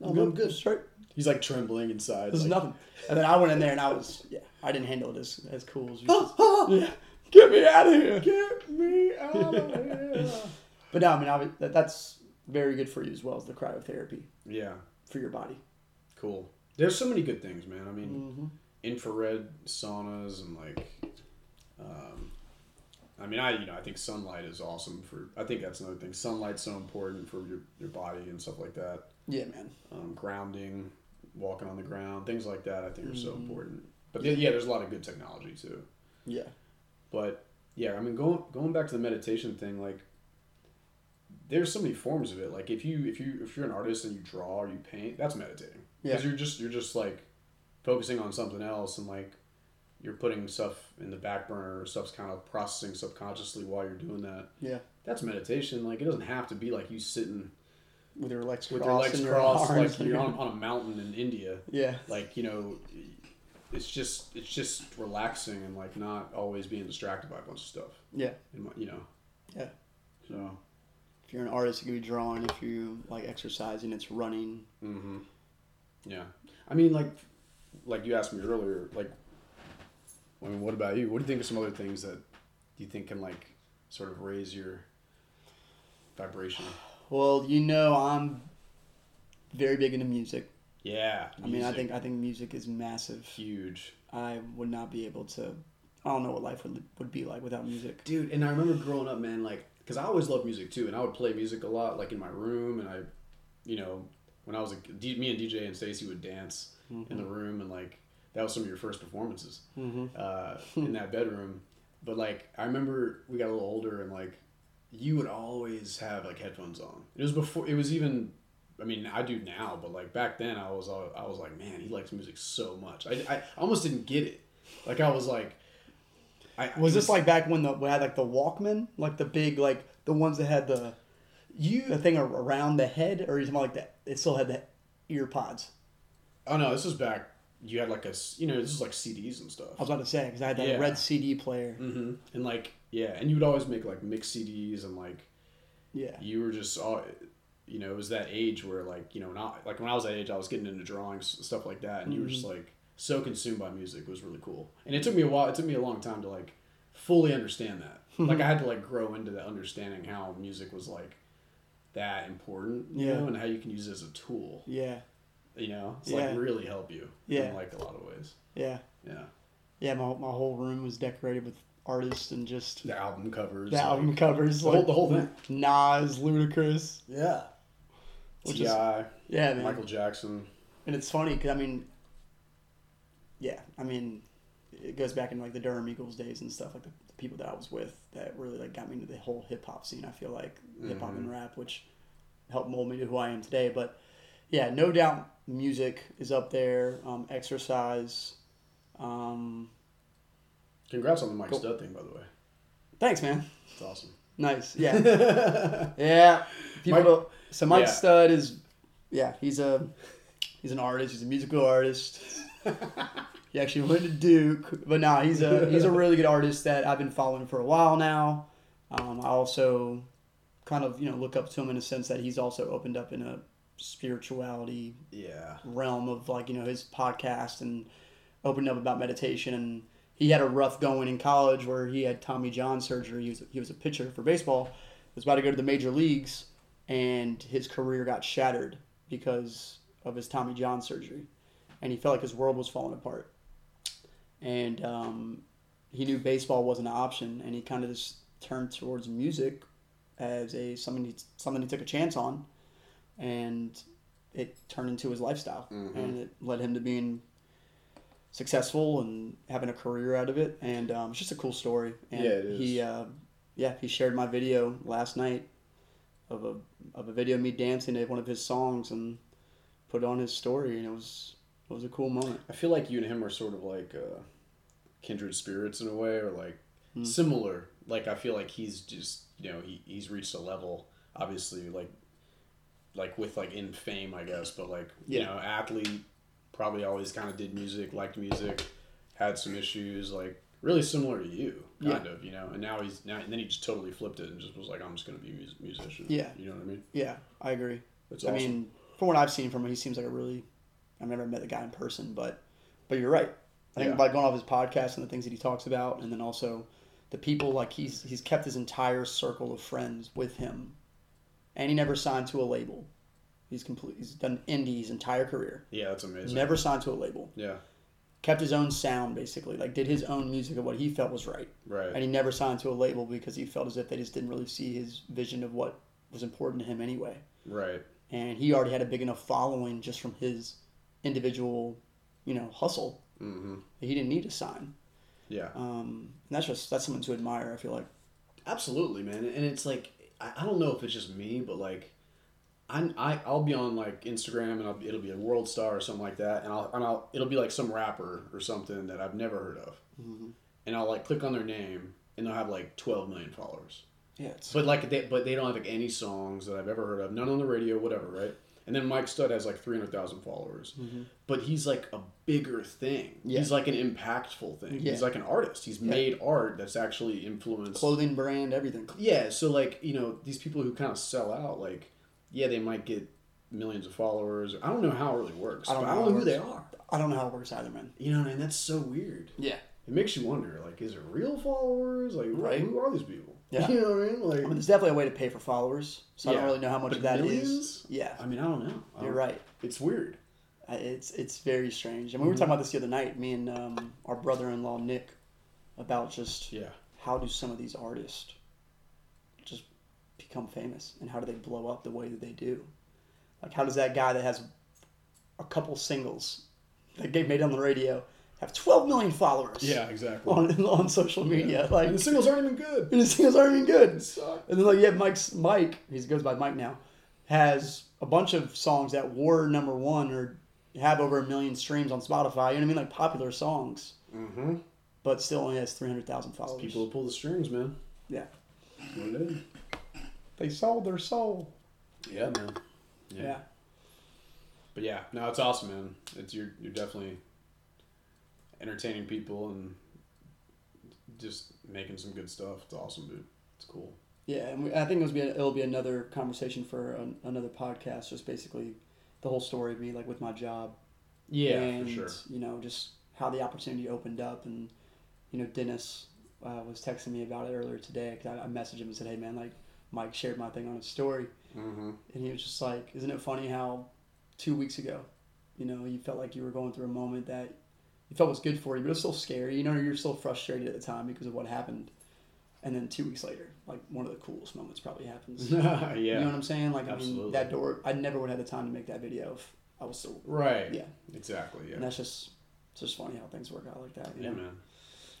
[SPEAKER 2] No,
[SPEAKER 1] I'm
[SPEAKER 2] I'm
[SPEAKER 1] good,
[SPEAKER 2] good.
[SPEAKER 1] straight."
[SPEAKER 2] He's like trembling inside.
[SPEAKER 1] There's
[SPEAKER 2] like,
[SPEAKER 1] nothing. And then I went in there and I was, yeah, I didn't handle it as, as cool as you. yeah. Get me out of here. Get me out
[SPEAKER 2] of here.
[SPEAKER 1] But no, I mean, I would- that, that's very good for you as well as the cryotherapy
[SPEAKER 2] Yeah.
[SPEAKER 1] for your body.
[SPEAKER 2] Cool. There's so many good things, man. I mean, infrared saunas and like, um, I mean, I you know I think sunlight is awesome for. I think that's another thing. Sunlight's so important for your your body and stuff like that.
[SPEAKER 1] Yeah, man.
[SPEAKER 2] Um, grounding, walking on the ground, things like that. I think are so important. But yeah, yeah, there's a lot of good technology too.
[SPEAKER 1] Yeah.
[SPEAKER 2] But yeah, I mean, going going back to the meditation thing, like there's so many forms of it. Like if you if you if you're an artist and you draw or you paint, that's meditating. Because
[SPEAKER 1] Yeah.
[SPEAKER 2] you're just you're just like focusing on something else and like you're putting stuff in the back burner or stuff's kind of processing subconsciously while you're doing that.
[SPEAKER 1] Yeah.
[SPEAKER 2] That's meditation. Like it doesn't have to be like you sitting
[SPEAKER 1] With your legs
[SPEAKER 2] with
[SPEAKER 1] crossed.
[SPEAKER 2] your legs
[SPEAKER 1] and
[SPEAKER 2] crossed
[SPEAKER 1] arms
[SPEAKER 2] like you're on, on a mountain in India
[SPEAKER 1] Yeah.
[SPEAKER 2] like you know it's just it's just relaxing and like not always being distracted by a bunch of stuff
[SPEAKER 1] Yeah.
[SPEAKER 2] in my, you know
[SPEAKER 1] Yeah.
[SPEAKER 2] so
[SPEAKER 1] If you're an artist, you can be drawing. If you like exercising, it's running.
[SPEAKER 2] mm-hmm. yeah i mean like like you asked me earlier like i mean what about you what do you think are some other things that you think can like sort of raise your vibration
[SPEAKER 1] Well, you know, I'm very big into music.
[SPEAKER 2] yeah
[SPEAKER 1] I mean, I
[SPEAKER 2] music,
[SPEAKER 1] think I think music is massive.
[SPEAKER 2] huge
[SPEAKER 1] I would not be able to. I don't know what life would, would be like without music.
[SPEAKER 2] dude and i remember growing up man like because i always loved music too and i would play music a lot like in my room and i you know when i was a D, me and dj and stacy would dance in
[SPEAKER 1] Mm-hmm.
[SPEAKER 2] the room and like that was some of your first performances uh, in that bedroom but like i remember we got a little older and like you would always have like headphones on it was before it was even i mean i do now but like back then i was al- i was like man he likes music so much i, I almost didn't get it like i was like I,
[SPEAKER 1] Was this like back when the we had like the Walkman, like the big like the ones that had the you the thing ar- around the head, or is it like that? It still had the ear pods.
[SPEAKER 2] Oh no, this is back. You had like a s- you know this is like CDs and stuff.
[SPEAKER 1] I was about to say because I had that
[SPEAKER 2] Yeah.
[SPEAKER 1] red CD player.
[SPEAKER 2] hmm And like yeah, and you would always make like mix CDs and like
[SPEAKER 1] Yeah,
[SPEAKER 2] you were just all you know it was that age where like you know not like when I was that age I was getting into drawings and stuff like that and you were just
[SPEAKER 1] Mm-hmm.
[SPEAKER 2] like so consumed by music it was really cool and it took me a while it took me a long time to like fully understand that
[SPEAKER 1] Mm-hmm.
[SPEAKER 2] like I had to like grow into the understanding how music was like that important you
[SPEAKER 1] Yeah.
[SPEAKER 2] know and how you can use it as a tool
[SPEAKER 1] yeah,
[SPEAKER 2] you know it's
[SPEAKER 1] Yeah.
[SPEAKER 2] like really help you
[SPEAKER 1] Yeah.
[SPEAKER 2] in like a lot of ways
[SPEAKER 1] yeah,
[SPEAKER 2] yeah.
[SPEAKER 1] yeah. My my whole room was decorated with artists and just
[SPEAKER 2] the album covers.
[SPEAKER 1] the
[SPEAKER 2] like-
[SPEAKER 1] album covers,
[SPEAKER 2] the
[SPEAKER 1] like
[SPEAKER 2] whole- the whole thing.
[SPEAKER 1] Nas, Ludacris.
[SPEAKER 2] Yeah.
[SPEAKER 1] Which
[SPEAKER 2] Ti,
[SPEAKER 1] Yeah, man.
[SPEAKER 2] Michael Jackson.
[SPEAKER 1] And it's funny because I mean, yeah, I mean, it goes back in like the Durham Eagles days and stuff. Like the, the people that I was with that really like got me into the whole hip hop scene. I feel like hip hop and rap, which helped mold me to who I am today. But yeah, no doubt, music is up there. Um, exercise. Um,
[SPEAKER 2] Congrats on the Mike
[SPEAKER 1] Cool.
[SPEAKER 2] Stud thing, by the way.
[SPEAKER 1] thanks, man.
[SPEAKER 2] It's awesome.
[SPEAKER 1] Nice. Yeah. yeah. People
[SPEAKER 2] Mike-
[SPEAKER 1] don't- so Mike
[SPEAKER 2] yeah.
[SPEAKER 1] Stud is yeah, he's a he's an artist, he's a musical artist. he actually went to Duke, but no, he's a he's a really good artist that I've been following for a while now. Um, I also kind of, you know, look up to him in a sense that he's also opened up in a spirituality
[SPEAKER 2] Yeah.
[SPEAKER 1] realm of like you know his podcast and opened up about meditation and he had a rough going in college where he had Tommy John surgery. He was he was a pitcher for baseball. Was about to go to the major leagues and his career got shattered because of his Tommy John surgery, and he felt like his world was falling apart. And um, he knew baseball wasn't an option, and he kind of just turned towards music as a something he, something he took a chance on, and it turned into his lifestyle, and it led him to being successful and having a career out of it. And um, it's just a cool story. And
[SPEAKER 2] Yeah, it
[SPEAKER 1] He,
[SPEAKER 2] is.
[SPEAKER 1] uh, yeah, he shared my video last night of a of a video of me dancing to one of his songs and put it on his story, and it was it was a cool moment.
[SPEAKER 2] I feel like you and him are sort of like uh, kindred spirits in a way, or like
[SPEAKER 1] Hmm.
[SPEAKER 2] similar. Like I feel like he's just you know he, he's reached a level, obviously like like with like in fame, I guess, but like you
[SPEAKER 1] Yeah.
[SPEAKER 2] know athlete probably always kind of did music, liked music, had some issues, like really similar to you, kind of you know. And now he's now and then he just totally flipped it and just was like, I'm just gonna be a mus- musician.
[SPEAKER 1] Yeah.
[SPEAKER 2] you know what I mean.
[SPEAKER 1] Yeah, I agree.
[SPEAKER 2] That's
[SPEAKER 1] I mean, from what I've seen from him, he seems like a really. I've never met the guy in person, but but you're right. I think
[SPEAKER 2] Yeah.
[SPEAKER 1] by going off his podcast and the things that he talks about, and then also the people like he's he's kept his entire circle of friends with him, and he never signed to a label. He's complete. He's done indie his entire career.
[SPEAKER 2] Yeah, that's amazing.
[SPEAKER 1] Never signed to a label.
[SPEAKER 2] Yeah,
[SPEAKER 1] Kept his own sound basically. Like did his own music of what he felt was right
[SPEAKER 2] right.
[SPEAKER 1] and he never signed to a label because he felt as if they just didn't really see his vision of what was important to him anyway.
[SPEAKER 2] right.
[SPEAKER 1] And he already had a big enough following just from his individual, you know, hustle.
[SPEAKER 2] Mm-hmm.
[SPEAKER 1] that He didn't need a sign.
[SPEAKER 2] Yeah.
[SPEAKER 1] Um, and that's just that's someone to admire. I feel like
[SPEAKER 2] Absolutely, man. And it's like I, I don't know if it's just me, but like I I I'll be on like Instagram and I'll, it'll be a world star or something like that, and I'll and I'll it'll be like some rapper or something that I've never heard of,
[SPEAKER 1] Mm-hmm.
[SPEAKER 2] and I'll like click on their name and they'll have like twelve million followers,
[SPEAKER 1] yeah, it's
[SPEAKER 2] but like they but they don't have like any songs that I've ever heard of, none on the radio, whatever, right? And then Mike Stud has like three hundred thousand followers, but he's like a bigger thing.
[SPEAKER 1] Mm-hmm. Yeah.
[SPEAKER 2] He's like an impactful thing.
[SPEAKER 1] Yeah.
[SPEAKER 2] He's like an artist. He's made art that's actually influenced
[SPEAKER 1] clothing brand, everything.
[SPEAKER 2] yeah so like you know these people who kind of sell out like yeah they might get millions of followers i don't know how it really works
[SPEAKER 1] I don't
[SPEAKER 2] but
[SPEAKER 1] know
[SPEAKER 2] i
[SPEAKER 1] how
[SPEAKER 2] don't know
[SPEAKER 1] it
[SPEAKER 2] who they
[SPEAKER 1] works.
[SPEAKER 2] are
[SPEAKER 1] I don't know how it works either, man.
[SPEAKER 2] you know what i mean that's so weird
[SPEAKER 1] Yeah,
[SPEAKER 2] it makes you wonder like is it real followers like who-
[SPEAKER 1] Right.
[SPEAKER 2] who are these people
[SPEAKER 1] Yeah.
[SPEAKER 2] you know what i mean like
[SPEAKER 1] I mean, there's definitely a way to pay for followers, so I
[SPEAKER 2] Yeah. Oh.
[SPEAKER 1] don't really know how much
[SPEAKER 2] But
[SPEAKER 1] of that is.
[SPEAKER 2] millions?
[SPEAKER 1] Yeah,
[SPEAKER 2] i mean i don't know I
[SPEAKER 1] you're
[SPEAKER 2] don't-
[SPEAKER 1] right.
[SPEAKER 2] it's weird
[SPEAKER 1] I- It's it's very strange.
[SPEAKER 2] Mm-hmm.
[SPEAKER 1] And we were talking about this the other night, me and um, our brother-in-law Nick, about just
[SPEAKER 2] yeah
[SPEAKER 1] how do some of these artists just become famous and how do they blow up the way that they do? Like how does that guy that has a couple singles that get made on the radio have 12 million followers?
[SPEAKER 2] exactly
[SPEAKER 1] On, on social media, like
[SPEAKER 2] and the singles aren't even good
[SPEAKER 1] and his singles aren't even good.
[SPEAKER 2] suck.
[SPEAKER 1] And then like you have Mike's Mike, he goes by Mike now, has a bunch of songs that were number one or have over a million streams on Spotify. You know what I mean? Like popular songs,
[SPEAKER 2] mm-hmm.
[SPEAKER 1] but still only has three hundred thousand followers.
[SPEAKER 2] people pull the strings man
[SPEAKER 1] yeah,
[SPEAKER 2] That's what it is.
[SPEAKER 1] they sold their soul.
[SPEAKER 2] yeah man
[SPEAKER 1] Yeah,
[SPEAKER 2] But yeah, no, it's awesome, man. It's you're you're definitely entertaining people and just making some good stuff. It's awesome, dude. It's cool.
[SPEAKER 1] yeah. And we, I think it'll be it'll be another conversation for an, another podcast. Just basically the whole story of me, like with my job. and, You know, just how the opportunity opened up, and you know, Dennis uh, was texting me about it earlier today because I, I messaged him and said, "Hey, man, like Mike shared my thing on his story,"
[SPEAKER 2] Mm-hmm.
[SPEAKER 1] and he was just like, "Isn't it funny how two weeks ago, you know, you felt like you were going through a moment that you felt was good for you, but it was still scary. You know, you're still frustrated at the time because of what happened." And then two weeks later, like one of the coolest moments probably happens.
[SPEAKER 2] Mm-hmm. yeah.
[SPEAKER 1] You know what I'm saying? Like, I
[SPEAKER 2] Absolutely.
[SPEAKER 1] mean, that door, I never would have had the time to make that video if I was still
[SPEAKER 2] right.
[SPEAKER 1] Yeah.
[SPEAKER 2] Exactly. Yeah.
[SPEAKER 1] and that's just it's just funny how things work out like that. You
[SPEAKER 2] yeah,
[SPEAKER 1] know?
[SPEAKER 2] man.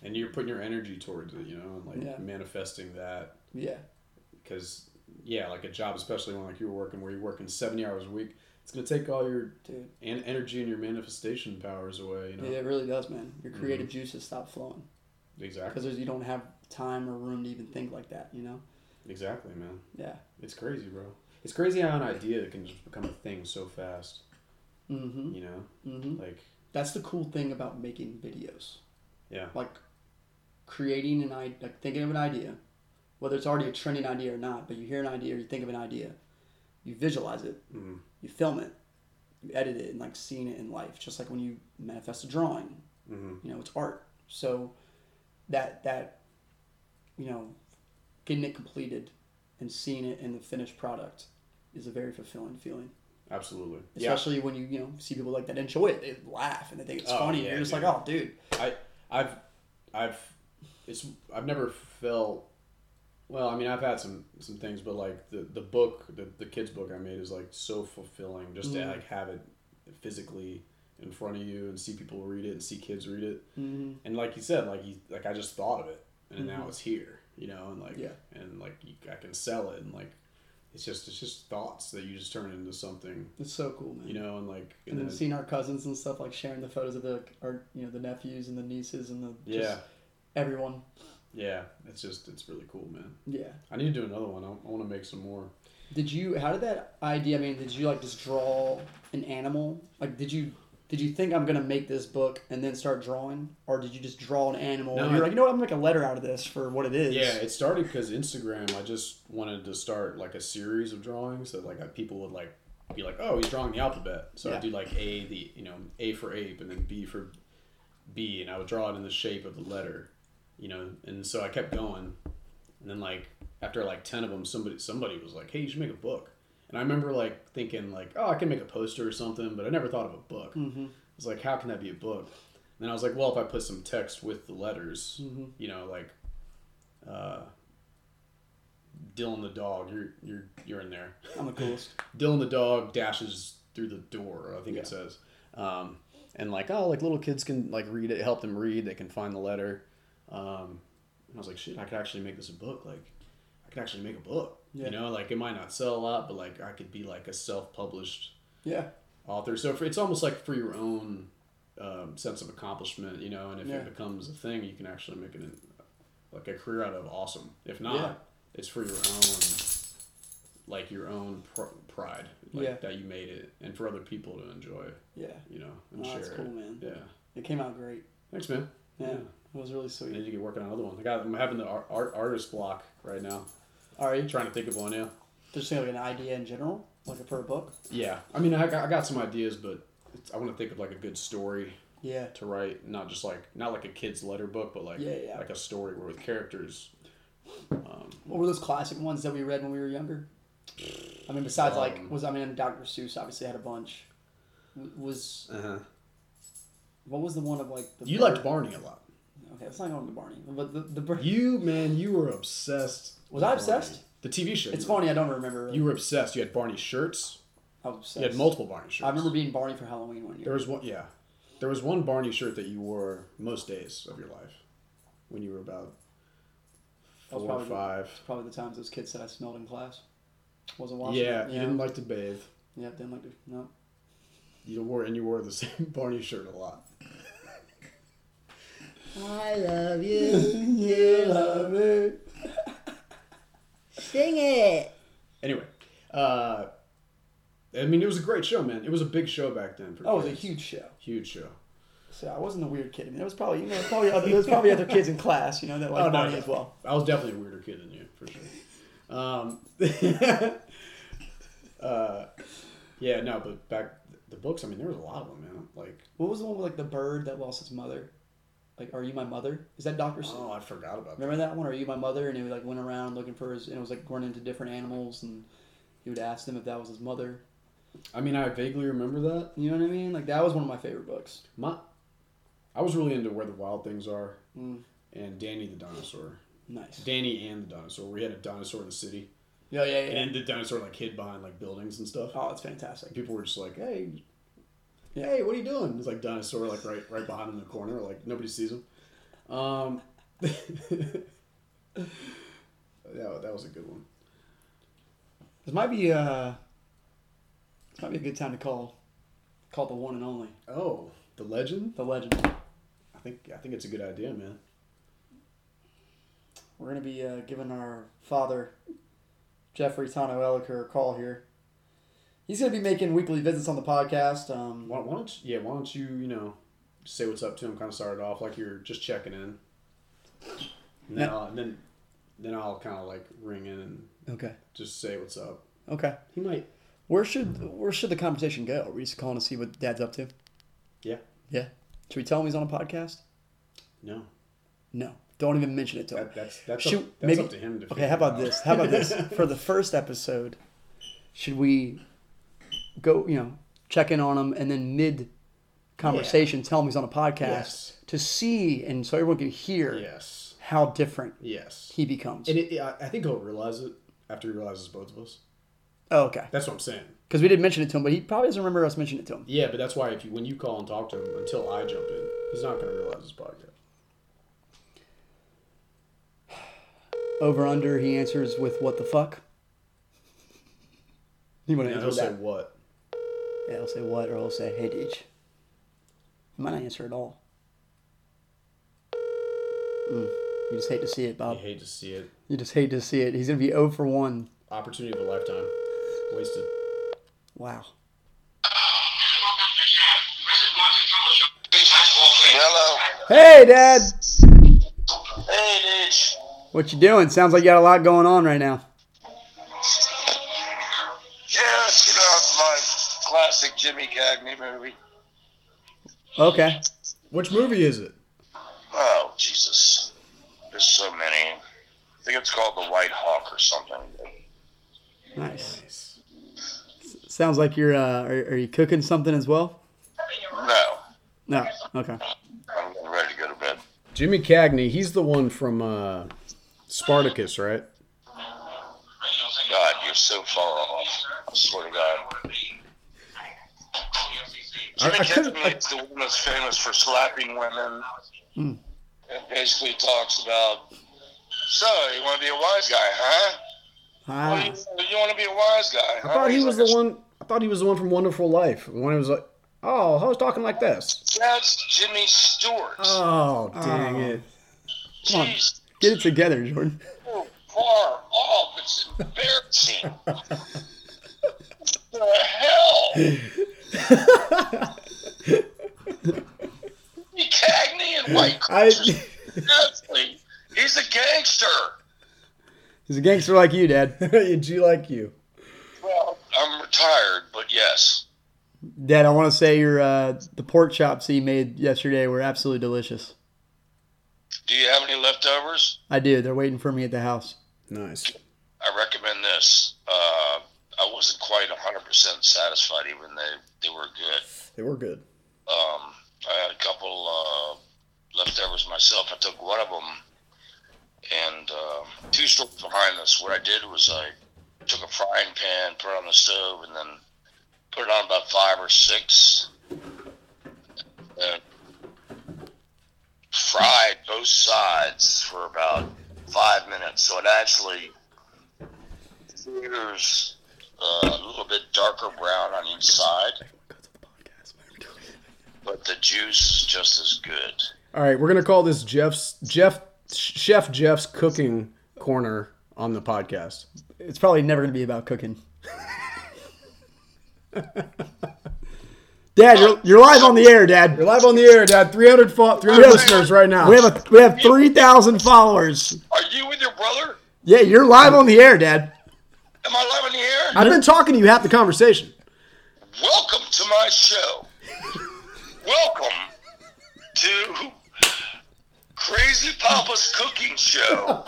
[SPEAKER 2] And you're putting your energy towards it, you know, and like
[SPEAKER 1] Yeah.
[SPEAKER 2] manifesting that
[SPEAKER 1] Yeah.
[SPEAKER 2] because yeah, like a job, especially when like you're working where you're working seventy hours a week, it's gonna take all your
[SPEAKER 1] dude.
[SPEAKER 2] en- energy and your manifestation powers away. You know.
[SPEAKER 1] It really does, man. Your creative juices stop flowing
[SPEAKER 2] Mm-hmm. Exactly.
[SPEAKER 1] because you don't have time or room to even think like that. You know?
[SPEAKER 2] Exactly, man.
[SPEAKER 1] Yeah.
[SPEAKER 2] It's crazy, bro. It's crazy how an idea can just become a thing so fast.
[SPEAKER 1] Mm-hmm.
[SPEAKER 2] You know,
[SPEAKER 1] Mm-hmm.
[SPEAKER 2] like
[SPEAKER 1] That's the cool thing about making videos,
[SPEAKER 2] yeah,
[SPEAKER 1] like creating an idea, like thinking of an idea, whether it's already a trending idea or not. But you hear an idea, or you think of an idea, you visualize it,
[SPEAKER 2] Mhm.
[SPEAKER 1] you film it, you edit it, and like seeing it in life. Just like when you manifest a drawing,
[SPEAKER 2] mm-hmm.
[SPEAKER 1] you know it's art so that that you know getting it completed and seeing it in the finished product is a very fulfilling feeling.
[SPEAKER 2] Absolutely.
[SPEAKER 1] Especially when you, you know, see people like that enjoy it. They laugh and they think it's
[SPEAKER 2] Oh,
[SPEAKER 1] funny.
[SPEAKER 2] yeah,
[SPEAKER 1] You're just
[SPEAKER 2] dude.
[SPEAKER 1] like, oh, dude.
[SPEAKER 2] I I've I've it's I've never felt well, I mean I've had some some things but like the the book the, the kids book I made is like so fulfilling just
[SPEAKER 1] Mm.
[SPEAKER 2] to like have it physically in front of you and see people read it and see kids read it.
[SPEAKER 1] Mm,
[SPEAKER 2] And like you said like you like I just thought of it and now it's here, you know, and like
[SPEAKER 1] Mm-hmm. Yeah.
[SPEAKER 2] and like you, I can sell it and like it's just it's just thoughts that you just turn into something,
[SPEAKER 1] it's so cool, man.
[SPEAKER 2] you know, and like
[SPEAKER 1] Mm. and then
[SPEAKER 2] it-
[SPEAKER 1] seeing our cousins and stuff like sharing the photos of the our you know the nephews and the nieces and the just
[SPEAKER 2] yeah,
[SPEAKER 1] everyone
[SPEAKER 2] yeah, it's just it's really cool, man.
[SPEAKER 1] yeah
[SPEAKER 2] I need to do another one. I, I want to make some more.
[SPEAKER 1] did you how did that idea i mean did you like just draw an animal like did you did you think i'm gonna make this book and then start drawing or did you just draw an animal
[SPEAKER 2] No,
[SPEAKER 1] and you're
[SPEAKER 2] I-
[SPEAKER 1] like you know what i'm gonna make a letter out of this for what it is
[SPEAKER 2] Yeah, it started because Instagram. I just wanted to start like a series of drawings that like I- people would like be like, oh, he's drawing the alphabet. So I
[SPEAKER 1] Yeah.
[SPEAKER 2] do like A, the you know A for ape, and then B for B, and I would draw it in the shape of the letter, you know. And so I kept going, and then like after like ten of them, somebody somebody was like, hey, you should make a book. And I remember like thinking like, oh, I can make a poster or something, but I never thought of a book.
[SPEAKER 1] mm-hmm.
[SPEAKER 2] I was like, how can that be a book? And then I was like, well, if I put some text with the letters,
[SPEAKER 1] Mhm.
[SPEAKER 2] you know, like uh, Dylan the dog, you're you're you're in there.
[SPEAKER 1] i'm the coolest
[SPEAKER 2] Dylan the dog dashes through the door. I think
[SPEAKER 1] Yeah.
[SPEAKER 2] it says, um, and like oh, like little kids can like read it, help them read. They can find the letter. Um, and I was like, shit, I could actually make this a book. Like, I could actually make a book.
[SPEAKER 1] Yeah.
[SPEAKER 2] You know, like it might not sell a lot, but like I could be like a self-published
[SPEAKER 1] yeah
[SPEAKER 2] author. So for, it's almost like for your own um, sense of accomplishment, you know. And if
[SPEAKER 1] Yeah.
[SPEAKER 2] it becomes a thing, you can actually make it an, like a career out of. Awesome. If not,
[SPEAKER 1] Yeah.
[SPEAKER 2] it's for your own, like your own pr- pride, like
[SPEAKER 1] Yeah.
[SPEAKER 2] that you made it, and for other people to enjoy,
[SPEAKER 1] yeah
[SPEAKER 2] you know, and
[SPEAKER 1] oh,
[SPEAKER 2] share.
[SPEAKER 1] that's cool man
[SPEAKER 2] It. Yeah.
[SPEAKER 1] it came out great
[SPEAKER 2] Thanks, man.
[SPEAKER 1] yeah,
[SPEAKER 2] Yeah.
[SPEAKER 1] it was really
[SPEAKER 2] I need
[SPEAKER 1] sweet
[SPEAKER 2] to get working on another one. I got, I'm having the art, art artist block right now.
[SPEAKER 1] are you
[SPEAKER 2] I'm trying to think of one now.
[SPEAKER 1] just saying like an idea in general like for a book
[SPEAKER 2] Yeah. I mean, I got, I got some ideas, but it's, I want to think of like a good story
[SPEAKER 1] yeah
[SPEAKER 2] to write not just like not like a kid's letter book but like
[SPEAKER 1] Yeah, yeah.
[SPEAKER 2] like a story where with characters um,
[SPEAKER 1] What were those classic ones that we read when we were younger? I mean, besides like
[SPEAKER 2] Um,
[SPEAKER 1] was I mean Dr. Seuss obviously had a bunch. W- Was what was the one of like the
[SPEAKER 2] you
[SPEAKER 1] bird-
[SPEAKER 2] liked barney a lot
[SPEAKER 1] Okay, let's not go into Barney. But the the bird.
[SPEAKER 2] you man you were obsessed
[SPEAKER 1] Was I
[SPEAKER 2] with Barney.
[SPEAKER 1] obsessed?
[SPEAKER 2] the tv show
[SPEAKER 1] It's
[SPEAKER 2] you were-
[SPEAKER 1] funny I don't remember. Really.
[SPEAKER 2] you were obsessed you had barney shirts
[SPEAKER 1] I was obsessed.
[SPEAKER 2] you had multiple barney shirts
[SPEAKER 1] I remember being Barney for Halloween one
[SPEAKER 2] there
[SPEAKER 1] year.
[SPEAKER 2] was one yeah there was one barney shirt that you wore most days of your life when you were about
[SPEAKER 1] That was
[SPEAKER 2] four or
[SPEAKER 1] probably-
[SPEAKER 2] five
[SPEAKER 1] Probably the times those kids said I smelled in class. Wasn't watching.
[SPEAKER 2] yeah,
[SPEAKER 1] it.
[SPEAKER 2] you didn't like to bathe
[SPEAKER 1] yeah, didn't like it. No.
[SPEAKER 2] you wore and you wore the same barney shirt a lot
[SPEAKER 1] I love you. you love me. Sing it.
[SPEAKER 2] Anyway, uh, I mean, it was a great show, man. It was a big show back then. For
[SPEAKER 1] Oh, it was a
[SPEAKER 2] kids.
[SPEAKER 1] huge show.
[SPEAKER 2] huge show.
[SPEAKER 1] So I wasn't the weird kid. I mean, there was probably you know there was probably other, there was probably other kids in class you know that
[SPEAKER 2] Oh,
[SPEAKER 1] like
[SPEAKER 2] no,
[SPEAKER 1] Barney
[SPEAKER 2] no.
[SPEAKER 1] as well.
[SPEAKER 2] I was definitely a weirder kid than you, for sure. Um, uh, yeah, no, but back the books. I mean, there was a lot of them, man. Like,
[SPEAKER 1] What was the one with like the bird that lost its mother? Like, are you my mother? Is that Doctor Seuss?
[SPEAKER 2] oh, I forgot about that.
[SPEAKER 1] Remember that one? Are you my mother? And he like went around looking for his and it was like going into different animals and he would ask them if that was his mother.
[SPEAKER 2] I mean, I vaguely remember that.
[SPEAKER 1] You know what I mean? Like that was one of my favorite books.
[SPEAKER 2] My, I was really into Where the Wild Things Are
[SPEAKER 1] Mm.
[SPEAKER 2] and Danny the Dinosaur.
[SPEAKER 1] Nice.
[SPEAKER 2] Danny and the Dinosaur. We had a dinosaur in the city,
[SPEAKER 1] Yeah, yeah, yeah.
[SPEAKER 2] and the dinosaur like hid behind like buildings and stuff.
[SPEAKER 1] Oh, it's fantastic.
[SPEAKER 2] people were just like, "Hey,
[SPEAKER 1] Yeah.
[SPEAKER 2] hey, what are you doing?" It's like dinosaur, like right, right behind him in the corner, like nobody sees him. Um, yeah, that was a good one.
[SPEAKER 1] This might be uh, this might be a good time to call, call the one and only,
[SPEAKER 2] Oh, the legend.
[SPEAKER 1] the legend.
[SPEAKER 2] I think I think it's a good idea, man.
[SPEAKER 1] We're going to be uh, giving our father, Jeffrey Tano Eliker, a call here. He's going to be making weekly visits on the podcast. Um,
[SPEAKER 2] Why, why don't you, yeah? Why don't you you know say what's up to him? Kind of start it off like you're just checking in. And then, I'll, and then then I'll kind of like ring in and
[SPEAKER 1] okay.
[SPEAKER 2] just say what's up.
[SPEAKER 1] Okay.
[SPEAKER 2] He might.
[SPEAKER 1] Where should where should the conversation go? Are we just calling to see what Dad's up to?
[SPEAKER 2] Yeah.
[SPEAKER 1] Yeah. Should we tell him he's on a podcast?
[SPEAKER 2] No.
[SPEAKER 1] No. Don't even mention it to him.
[SPEAKER 2] That, that's that's,
[SPEAKER 1] Should-
[SPEAKER 2] up, that's
[SPEAKER 1] maybe-
[SPEAKER 2] up to him to
[SPEAKER 1] Okay, how
[SPEAKER 2] figure
[SPEAKER 1] about
[SPEAKER 2] out.
[SPEAKER 1] this? How about this? For the first episode, should we go, you know, check in on him and then mid conversation tell him he's on a podcast
[SPEAKER 2] Yes.
[SPEAKER 1] to see and so everyone can hear
[SPEAKER 2] Yes.
[SPEAKER 1] how different
[SPEAKER 2] Yes.
[SPEAKER 1] he becomes.
[SPEAKER 2] And it, I I think he'll realize it after he realizes both of us.
[SPEAKER 1] oh, okay.
[SPEAKER 2] That's what I'm saying.
[SPEAKER 1] Because we did mention it to him, but he probably doesn't remember us mentioning it to him.
[SPEAKER 2] Yeah, but that's why if you when you call and talk to him until I jump in, he's not gonna realize his podcast.
[SPEAKER 1] Over under, he answers with what the fuck. You want to answer
[SPEAKER 2] And he'll
[SPEAKER 1] with
[SPEAKER 2] say
[SPEAKER 1] that?
[SPEAKER 2] what?
[SPEAKER 1] Yeah, he'll say what, or he'll say hey, Deej. He might not answer at all. Mm. You just hate to see it,
[SPEAKER 2] I
[SPEAKER 1] Bob.
[SPEAKER 2] hate to see it.
[SPEAKER 1] You just hate to see it. He's gonna be 0 for one.
[SPEAKER 2] Opportunity of a lifetime. Wasted.
[SPEAKER 1] Wow.
[SPEAKER 5] Hello.
[SPEAKER 1] Hey, Dad.
[SPEAKER 5] Hey, Ditch.
[SPEAKER 1] What you doing? Sounds like you got a lot going on right now.
[SPEAKER 5] Yeah, it's, you know, it's my classic Jimmy Cagney movie.
[SPEAKER 1] Okay.
[SPEAKER 2] Which movie is it?
[SPEAKER 5] Oh, Jesus. There's so many. I think it's called The White Hawk or something.
[SPEAKER 1] Nice. S- Sounds like you're. Uh, are, are you cooking something as well?
[SPEAKER 5] No,
[SPEAKER 1] No. Okay.
[SPEAKER 5] I'm getting ready to go to bed.
[SPEAKER 2] Jimmy Cagney, he's the one from uh, Spartacus, right?
[SPEAKER 5] God, you're so far off. I swear to God. Jimmy
[SPEAKER 2] I couldn't-
[SPEAKER 5] Cagney is the one that's famous for slapping women.
[SPEAKER 2] Hmm.
[SPEAKER 5] And basically talks about, so, you want to be a wise guy, huh? Well,
[SPEAKER 1] Ah.
[SPEAKER 5] you, you want to be a wise guy.
[SPEAKER 2] Hmm. I thought he was the one. I thought he was the one from Wonderful Life. The one who was like, "Oh, I was talking like this."
[SPEAKER 5] That's Jimmy Stewart.
[SPEAKER 2] Oh, dang
[SPEAKER 1] Oh.
[SPEAKER 2] it!
[SPEAKER 1] come on.
[SPEAKER 5] Jeez,
[SPEAKER 1] Get it together, Jordan.
[SPEAKER 5] so far off. It's embarrassing. the hell? Jimmy Cagney and White
[SPEAKER 2] I,
[SPEAKER 5] Cassidy. He's a gangster.
[SPEAKER 1] He's a gangster like you, Dad.
[SPEAKER 2] G like you.
[SPEAKER 5] Well, I'm retired, but yes.
[SPEAKER 1] Dad, I want to say your uh, the pork chops he made yesterday were absolutely delicious.
[SPEAKER 5] Do you have any leftovers?
[SPEAKER 1] I do. They're waiting for me at the house.
[SPEAKER 2] Nice.
[SPEAKER 5] I recommend this. Uh, I wasn't quite 100% satisfied, even though they were good.
[SPEAKER 2] They were good.
[SPEAKER 5] um, I had a couple uh, leftovers myself. I took one of them, and uh, two stores behind us. What I did was I took a frying pan, put it on the stove, and then put it on about five or six, and fried both sides for about five minutes. So it actually appears uh, a little bit darker brown on each side but the juice is just as good.
[SPEAKER 2] All right, we're gonna call this Jeff's Jeff Chef Jeff's cooking corner on the podcast.
[SPEAKER 1] It's probably never going to be about cooking. Dad, you're, you're live on the air, Dad.
[SPEAKER 2] You're live on the air, Dad. 300, fo- 300 listeners right now.
[SPEAKER 1] We have a, we have three thousand followers.
[SPEAKER 5] Are you with your brother?
[SPEAKER 1] Yeah, you're live on the air, Dad.
[SPEAKER 5] Am I live in the air?
[SPEAKER 2] I've been talking to you half the conversation.
[SPEAKER 5] Welcome to my show. Welcome to Crazy Papa's Cooking Show.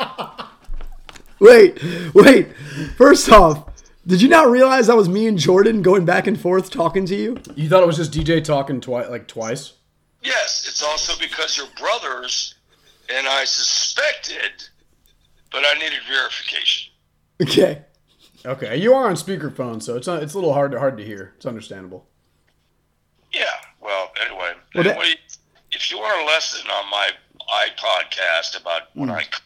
[SPEAKER 1] Wait, wait. First off, did you not realize that was me and Jordan going back and forth talking to you?
[SPEAKER 2] You thought it was just DJ talking twice, like twice.
[SPEAKER 5] Yes, it's also because you're brothers, and I suspected, but I needed verification.
[SPEAKER 1] Okay.
[SPEAKER 2] Okay, you are on speakerphone, so it's not, it's a little hard to hard to hear. It's understandable.
[SPEAKER 5] Yeah, well, anyway,
[SPEAKER 1] Well, that-
[SPEAKER 5] anyway if you want a lesson on my iPodcast about when
[SPEAKER 1] Hmm.
[SPEAKER 5] I cook,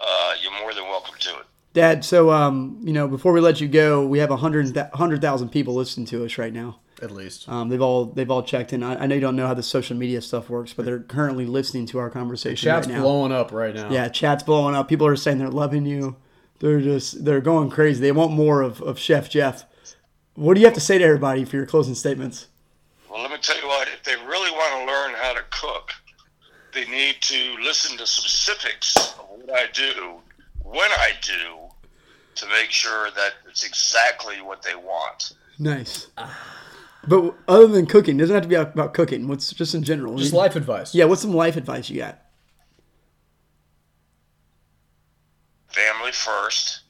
[SPEAKER 5] uh, you're more than welcome to it.
[SPEAKER 1] Dad, so um, you know, before we let you go, we have a hundred hundred thousand people listening to us right now.
[SPEAKER 2] At least
[SPEAKER 1] Um, they've all they've all checked in. I, I know you don't know how the social media stuff works, but they're currently listening to our conversation
[SPEAKER 2] chat's
[SPEAKER 1] right now.
[SPEAKER 2] blowing up right now.
[SPEAKER 1] Yeah, chat's blowing up. People are saying they're loving you. They're just they're going crazy. They want more of, of Chef Jeff. What do you have to say to everybody for your closing statements?
[SPEAKER 5] Well, let me tell you what, if they really want to learn how to cook, they need to listen to specifics of what I do, when I do, to make sure that it's exactly what they want.
[SPEAKER 1] Nice. But other than cooking, it doesn't have to be about cooking. What's just in general?
[SPEAKER 2] Just life advice.
[SPEAKER 1] Yeah, what's some life advice you got?
[SPEAKER 5] Family first,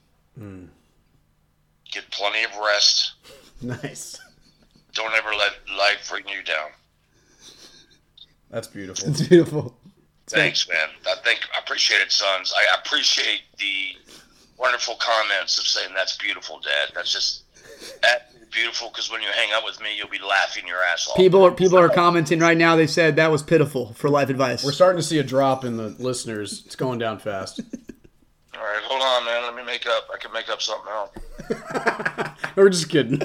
[SPEAKER 5] get plenty plenty of rest.
[SPEAKER 2] Nice.
[SPEAKER 5] Don't ever let life bring you down.
[SPEAKER 2] That's beautiful.
[SPEAKER 1] It's beautiful.
[SPEAKER 5] Thanks, man. I think I appreciate it, sons. I appreciate the wonderful comments of saying that's beautiful, Dad. That's just that beautiful because when you hang out with me, you'll be laughing your ass off.
[SPEAKER 1] People are people are commenting right now. They said that was pitiful for life advice.
[SPEAKER 2] We're starting to see a drop in the listeners. It's going down fast.
[SPEAKER 5] All right, hold on, man. Let me make up. I can make up something else.
[SPEAKER 2] We're just kidding.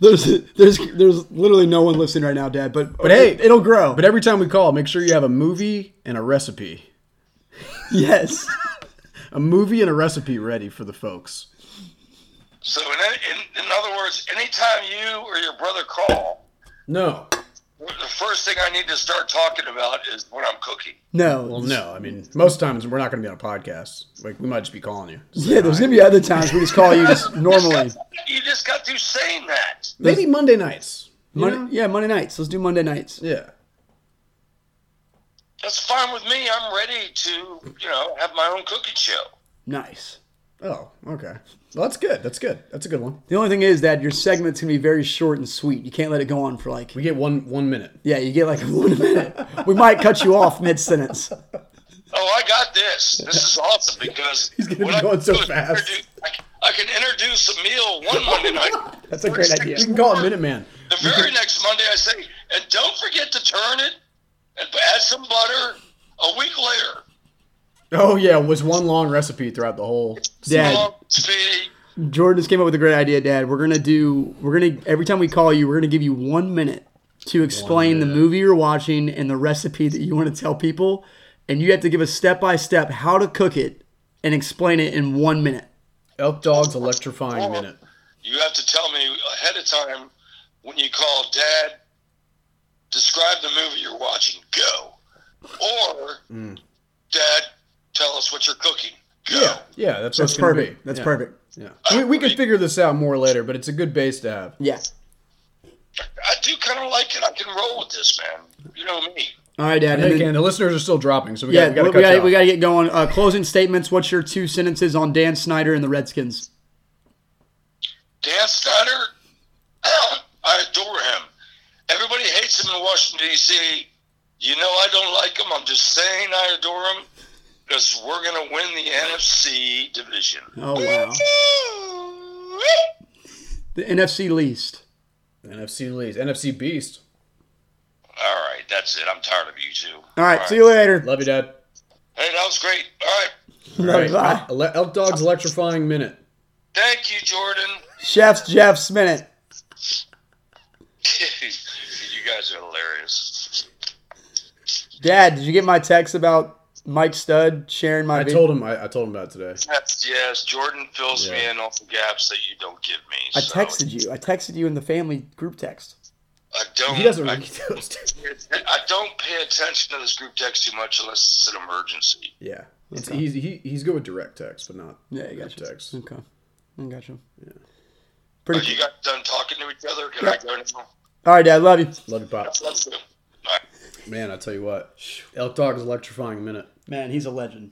[SPEAKER 1] There's there's there's literally no one listening right now, Dad. But but
[SPEAKER 2] hey,
[SPEAKER 1] hey, it'll grow.
[SPEAKER 2] but every time we call, make sure you have a movie and a recipe.
[SPEAKER 1] yes,
[SPEAKER 2] A movie and a recipe ready for the folks.
[SPEAKER 5] So, in, in, in other words, anytime you or your brother call,
[SPEAKER 2] No.
[SPEAKER 5] the first thing I need to start talking about is when I'm cooking.
[SPEAKER 1] no.
[SPEAKER 2] Well, no. I mean, most times we're not going to be on a podcast. Like, we might just be calling you. Just
[SPEAKER 1] Yeah,
[SPEAKER 2] saying
[SPEAKER 1] there's
[SPEAKER 2] hi.
[SPEAKER 1] gonna be other times we just call you just normally.
[SPEAKER 5] You just got through saying that.
[SPEAKER 2] Maybe Monday nights. you know?
[SPEAKER 1] Mon- yeah, Monday nights. Let's do Monday nights.
[SPEAKER 2] Yeah.
[SPEAKER 5] That's fine with me. I'm ready to, you know, have my own cooking show.
[SPEAKER 1] Nice.
[SPEAKER 2] Oh, okay. Well, that's good. That's good. That's a good one.
[SPEAKER 1] The only thing is that your segment's gonna be very short and sweet. You can't let it go on for like.
[SPEAKER 2] We get one one minute.
[SPEAKER 1] Yeah, you get like one minute. We might cut you off mid sentence.
[SPEAKER 5] Oh, I got this. This is awesome because he's
[SPEAKER 2] gonna be going so fast.
[SPEAKER 5] I can, I can introduce a meal one Monday night.
[SPEAKER 1] That's a great idea.
[SPEAKER 2] We can call it Minute Man.
[SPEAKER 5] The very next Monday, I say, and don't forget to turn it and add some butter. A week later,
[SPEAKER 2] Oh yeah, it was one long recipe throughout the whole.
[SPEAKER 1] Dad.
[SPEAKER 5] Mom, Speedy,
[SPEAKER 1] Jordan just came up with a great idea, Dad. We're gonna do. We're gonna every time we call you, we're gonna give you one minute to explain the movie you're watching and the recipe that you want to tell people, and you have to give us step by step how to cook it and explain it in one minute.
[SPEAKER 2] Elk Dog's electrifying minute.
[SPEAKER 5] you have to tell me ahead of time when you call Dad. Describe the movie you're watching. Go, or
[SPEAKER 2] Mm.
[SPEAKER 5] Dad, tell us what you're cooking. Go.
[SPEAKER 2] Yeah, yeah,
[SPEAKER 1] That's
[SPEAKER 2] that's what it's gonna
[SPEAKER 1] perfect.
[SPEAKER 2] be.
[SPEAKER 1] That's
[SPEAKER 2] Yeah,
[SPEAKER 1] perfect.
[SPEAKER 2] Yeah, we, we can figure this out more later, but it's a good base to have.
[SPEAKER 1] Yeah.
[SPEAKER 5] I do kind of like it. I can roll with this, man. You know me.
[SPEAKER 1] All right, Dad.
[SPEAKER 2] Hey,
[SPEAKER 1] And
[SPEAKER 2] Ken,
[SPEAKER 1] then,
[SPEAKER 2] the listeners are still dropping, so we
[SPEAKER 1] yeah,
[SPEAKER 2] got
[SPEAKER 1] we
[SPEAKER 2] got to
[SPEAKER 1] gotta,
[SPEAKER 2] cut
[SPEAKER 1] we
[SPEAKER 2] you
[SPEAKER 1] gotta,
[SPEAKER 2] off.
[SPEAKER 1] get going. Uh, closing statements. What's your two sentences on Dan Snyder and the Redskins?
[SPEAKER 5] Dan Snyder, I adore him. Everybody hates him in Washington, D.C. You know I don't like him. I'm just saying I adore him because we're going to win the NFC division.
[SPEAKER 1] Oh wow. The NFC least.
[SPEAKER 2] NFC leads, NFC beast.
[SPEAKER 5] All right, that's it. I'm tired of you two.
[SPEAKER 1] All right. See you later.
[SPEAKER 2] Love you, Dad.
[SPEAKER 5] Hey, that was great. All right.
[SPEAKER 2] All
[SPEAKER 1] Bye.
[SPEAKER 2] right, Ele- Elk Dog's electrifying minute.
[SPEAKER 5] Thank you, Jordan.
[SPEAKER 1] Chef's Jeff's minute.
[SPEAKER 5] you guys are hilarious.
[SPEAKER 1] Dad, did you get my text about Mike Stud sharing my
[SPEAKER 2] I
[SPEAKER 1] vid-
[SPEAKER 2] told him. I, I told him about it today.
[SPEAKER 5] Yes, yes. Jordan fills me in on the gaps that you don't give me.
[SPEAKER 1] I
[SPEAKER 5] so-
[SPEAKER 1] texted you. I texted you in the family group text.
[SPEAKER 5] I don't.
[SPEAKER 2] He doesn't
[SPEAKER 5] I,
[SPEAKER 2] read those.
[SPEAKER 5] I don't pay attention to this group text too much unless it's an emergency.
[SPEAKER 2] Yeah, it's, he's he, he's good with direct text, but not
[SPEAKER 1] Yeah, I got
[SPEAKER 2] group
[SPEAKER 1] you.
[SPEAKER 2] text.
[SPEAKER 1] Okay. I got you.
[SPEAKER 5] Are
[SPEAKER 1] Pretty
[SPEAKER 5] you guys done talking to each other? Can I go now?
[SPEAKER 1] All right, Dad. Love you.
[SPEAKER 2] Love you, Pop.
[SPEAKER 5] Let's do. it. All right.
[SPEAKER 2] Man, I tell you what, Elk Dog's electrifying minute.
[SPEAKER 1] Man, he's a legend.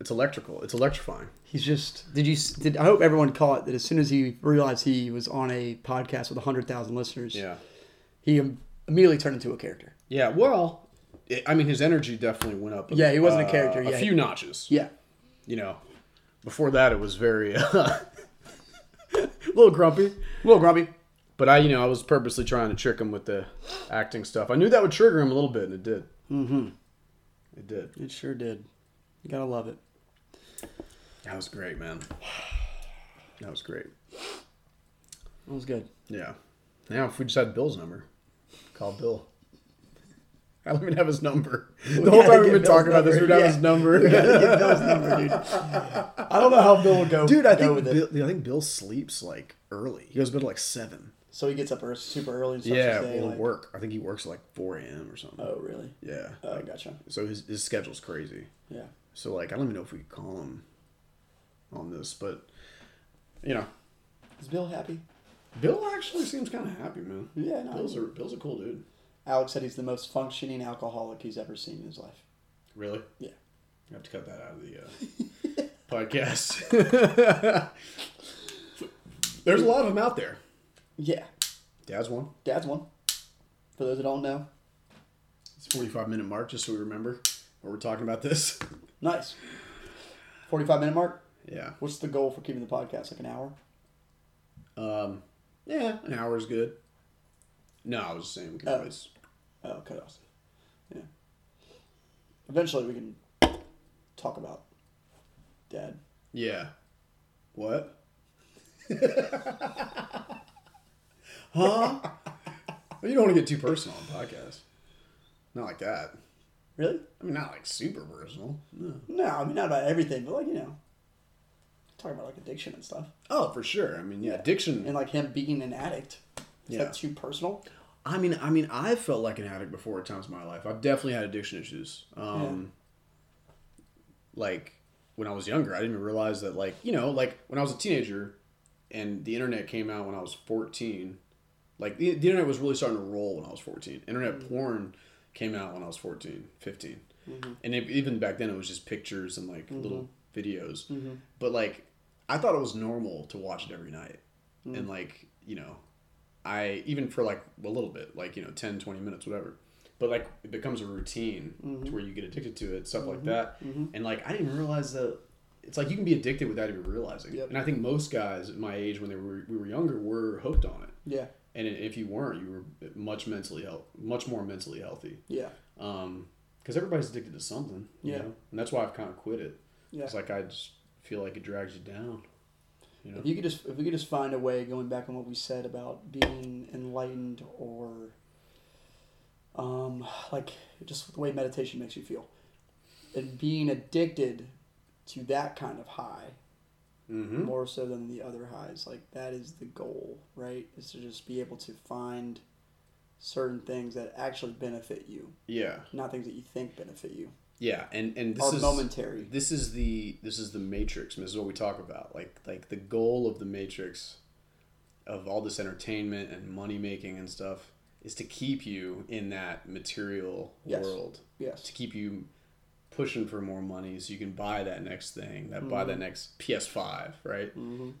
[SPEAKER 2] It's electrical. It's electrifying.
[SPEAKER 1] He's just. Did you? s- Did I hope everyone caught that as soon as he realized he was on a podcast with hundred thousand listeners. He im- immediately turned into a character.
[SPEAKER 2] Yeah. Well, it, I mean, his energy definitely went up.
[SPEAKER 1] Yeah, he wasn't a character,
[SPEAKER 2] A
[SPEAKER 1] yeah.
[SPEAKER 2] few notches.
[SPEAKER 1] Yeah.
[SPEAKER 2] You know, before that it was very a little grumpy, a little grumpy. But I, you know, I was purposely trying to trick him with the acting stuff. I knew that would trigger him a little bit, and it did. Mm-hmm. It did.
[SPEAKER 1] It sure did. You gotta love it.
[SPEAKER 2] That was great, man. That was great.
[SPEAKER 1] That was good.
[SPEAKER 2] Yeah. Now, if we just had Bill's number, call Bill. I don't even have his number. the whole
[SPEAKER 1] gotta
[SPEAKER 2] time
[SPEAKER 1] get
[SPEAKER 2] we've been
[SPEAKER 1] Bill's
[SPEAKER 2] talking about this, we
[SPEAKER 1] number,
[SPEAKER 2] don't
[SPEAKER 1] yeah.
[SPEAKER 2] have his number.
[SPEAKER 1] I don't know how Bill would go.
[SPEAKER 2] Dude, I
[SPEAKER 1] go
[SPEAKER 2] think
[SPEAKER 1] with it.
[SPEAKER 2] Bill, I think Bill sleeps like early. He goes to bed at, like seven.
[SPEAKER 1] So he gets up ear- super early and starts
[SPEAKER 2] Yeah,
[SPEAKER 1] his day.
[SPEAKER 2] or
[SPEAKER 1] like-
[SPEAKER 2] work. I think he works at, like four a.m. or something.
[SPEAKER 1] Oh, really?
[SPEAKER 2] Yeah.
[SPEAKER 1] Oh,
[SPEAKER 2] like,
[SPEAKER 1] gotcha.
[SPEAKER 2] so his his schedule's crazy.
[SPEAKER 1] Yeah.
[SPEAKER 2] So like, I don't even know if we could call him on this, but you know,
[SPEAKER 1] Is Bill happy?
[SPEAKER 2] Bill actually seems kind of happy, man.
[SPEAKER 1] Yeah, no.
[SPEAKER 2] Bill's a Bill's a cool dude.
[SPEAKER 1] Alex said he's the most functioning alcoholic he's ever seen in his life.
[SPEAKER 2] Really?
[SPEAKER 1] Yeah.
[SPEAKER 2] I have to cut that out of the uh, podcast. There's a lot of them out there.
[SPEAKER 1] Yeah,
[SPEAKER 2] Dad's one.
[SPEAKER 1] Dad's one. For those that don't know,
[SPEAKER 2] It's a 45 minute mark, just so we remember when we're talking about this.
[SPEAKER 1] nice. Forty-five minute mark.
[SPEAKER 2] Yeah.
[SPEAKER 1] What's the goal for keeping the podcast? Like an hour?
[SPEAKER 2] Um, yeah, an hour is good. No, I was just saying we can
[SPEAKER 1] Oh.
[SPEAKER 2] always.
[SPEAKER 1] Oh, cut off. Yeah. Eventually, we can talk about Dad.
[SPEAKER 2] Yeah. What? huh? you don't want to get too personal on podcasts. Not like that.
[SPEAKER 1] Really?
[SPEAKER 2] I mean, not like super personal. No.
[SPEAKER 1] No, I mean not about everything, but like you know, talking about like addiction and stuff,
[SPEAKER 2] Oh, for sure. I mean, yeah, addiction.
[SPEAKER 1] and like him being an addict. Is
[SPEAKER 2] Yeah.
[SPEAKER 1] that too personal?
[SPEAKER 2] I mean, I mean, I've felt like an addict before at times in my life. I've definitely had addiction issues. Um, Like when I was younger, I didn't even realize that. Like you know, like when I was a teenager, and the internet came out when I was fourteen. Like the, the internet was really starting to roll when I was fourteen. Internet porn came out when I was 14, 15. and it, even back then it was just pictures and like little videos. But like, I thought it was normal to watch it every night, and like you know, I even for like a little bit, like you know, 10, 20 minutes, whatever. But like it becomes a routine
[SPEAKER 1] Mm-hmm.
[SPEAKER 2] to where you get addicted to it, stuff like that. And like I didn't realize that it's like you can be addicted without even realizing.
[SPEAKER 1] Yep.
[SPEAKER 2] And I think most guys at my age when they were we were younger were hooked on it.
[SPEAKER 1] Yeah,
[SPEAKER 2] And if you weren't, you were much mentally health, much more mentally healthy.
[SPEAKER 1] yeah,
[SPEAKER 2] Um, because everybody's addicted to something. you
[SPEAKER 1] Yeah.
[SPEAKER 2] know? And that's why I've kind of quit it.
[SPEAKER 1] yeah.
[SPEAKER 2] It's like I just feel like it drags you down. You know.
[SPEAKER 1] If you could just, if we could just find a way, going back on what we said about being enlightened or, um, like just the way meditation makes you feel, and being addicted to that kind of high
[SPEAKER 2] Mm-hmm.
[SPEAKER 1] more so than the other highs. Like that is the goal, right? Is to just be able to find certain things that actually benefit you,
[SPEAKER 2] Yeah.
[SPEAKER 1] not things that you think benefit you.
[SPEAKER 2] Yeah, and and this
[SPEAKER 1] Or
[SPEAKER 2] is
[SPEAKER 1] momentary.
[SPEAKER 2] This is the this is the matrix. and This is what we talk about. Like like the goal of the matrix, of all this entertainment and money making and stuff, is to keep you in that material
[SPEAKER 1] Yes.
[SPEAKER 2] world. To
[SPEAKER 1] Yes.
[SPEAKER 2] keep you pushing for more money, so you can buy that next thing, that buy that next PS Five, right?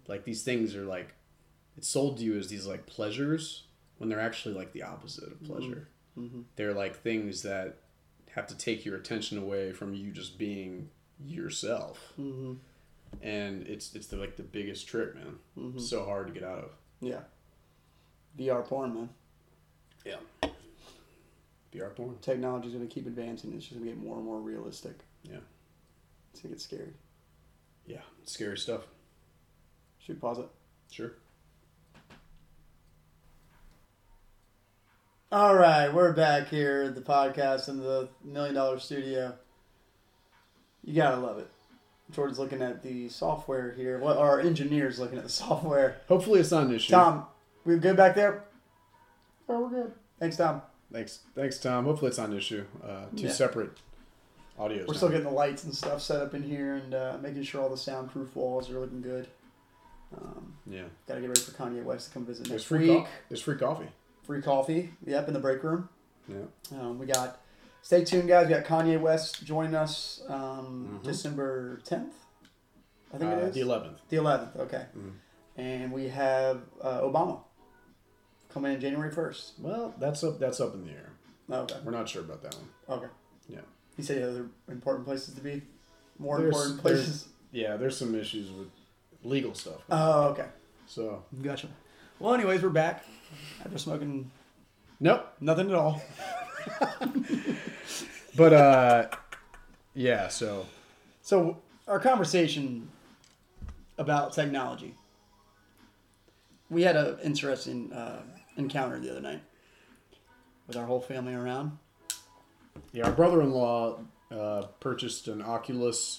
[SPEAKER 2] Like these things are like, it's sold to you as these like pleasures when they're actually like the opposite of pleasure they're like things that have to take your attention away from you just being yourself
[SPEAKER 1] Mm-hmm.
[SPEAKER 2] and it's it's the, like the biggest trick man It's so hard to get out of
[SPEAKER 1] Yeah. VR porn, man.
[SPEAKER 2] yeah vr porn
[SPEAKER 1] Technology's going to keep advancing. It's just going to get more and more realistic.
[SPEAKER 2] yeah
[SPEAKER 1] It's going to get scary.
[SPEAKER 2] yeah scary stuff
[SPEAKER 1] Should we pause it?
[SPEAKER 2] sure
[SPEAKER 1] All right, we're back here at the podcast in the Million Dollar Studio. You gotta love it. Jordan's looking at the software here. What our engineer's looking at the software.
[SPEAKER 2] hopefully it's not an issue
[SPEAKER 1] Tom, we good back there? Oh, we're good. Thanks, Tom.
[SPEAKER 2] thanks thanks tom hopefully it's not an issue uh two
[SPEAKER 1] Yeah.
[SPEAKER 2] separate audios
[SPEAKER 1] We're
[SPEAKER 2] now.
[SPEAKER 1] still getting the lights and stuff set up in here and uh, making sure all the soundproof walls are looking good. Um,
[SPEAKER 2] yeah
[SPEAKER 1] gotta get ready for Kanye West to come visit
[SPEAKER 2] there's
[SPEAKER 1] next
[SPEAKER 2] free
[SPEAKER 1] week.
[SPEAKER 2] co- there's free coffee
[SPEAKER 1] Free coffee. Yep, in the break room.
[SPEAKER 2] yeah
[SPEAKER 1] Um, we got, stay tuned, guys. We got Kanye West joining us um, December 10th, I think
[SPEAKER 2] Mm-hmm. Uh,
[SPEAKER 1] it is.
[SPEAKER 2] the Mm-hmm. 11th
[SPEAKER 1] The 11th, okay. And we have uh, Obama coming in January 1st.
[SPEAKER 2] well that's up that's up in the air
[SPEAKER 1] Okay.
[SPEAKER 2] we're not sure about that one
[SPEAKER 1] Okay.
[SPEAKER 2] yeah
[SPEAKER 1] He said he had other important places to be. More
[SPEAKER 2] There's-
[SPEAKER 1] important
[SPEAKER 2] there's-
[SPEAKER 1] places.
[SPEAKER 2] yeah there's some issues with legal stuff
[SPEAKER 1] Oh, okay.
[SPEAKER 2] so
[SPEAKER 1] Gotcha. Well, anyways, we're back after smoking
[SPEAKER 2] Nope.
[SPEAKER 1] nothing at all.
[SPEAKER 2] But uh yeah, so
[SPEAKER 1] So, our conversation about technology. We had an interesting uh, encounter the other night with our whole family around.
[SPEAKER 2] yeah, our brother-in-law uh purchased an Oculus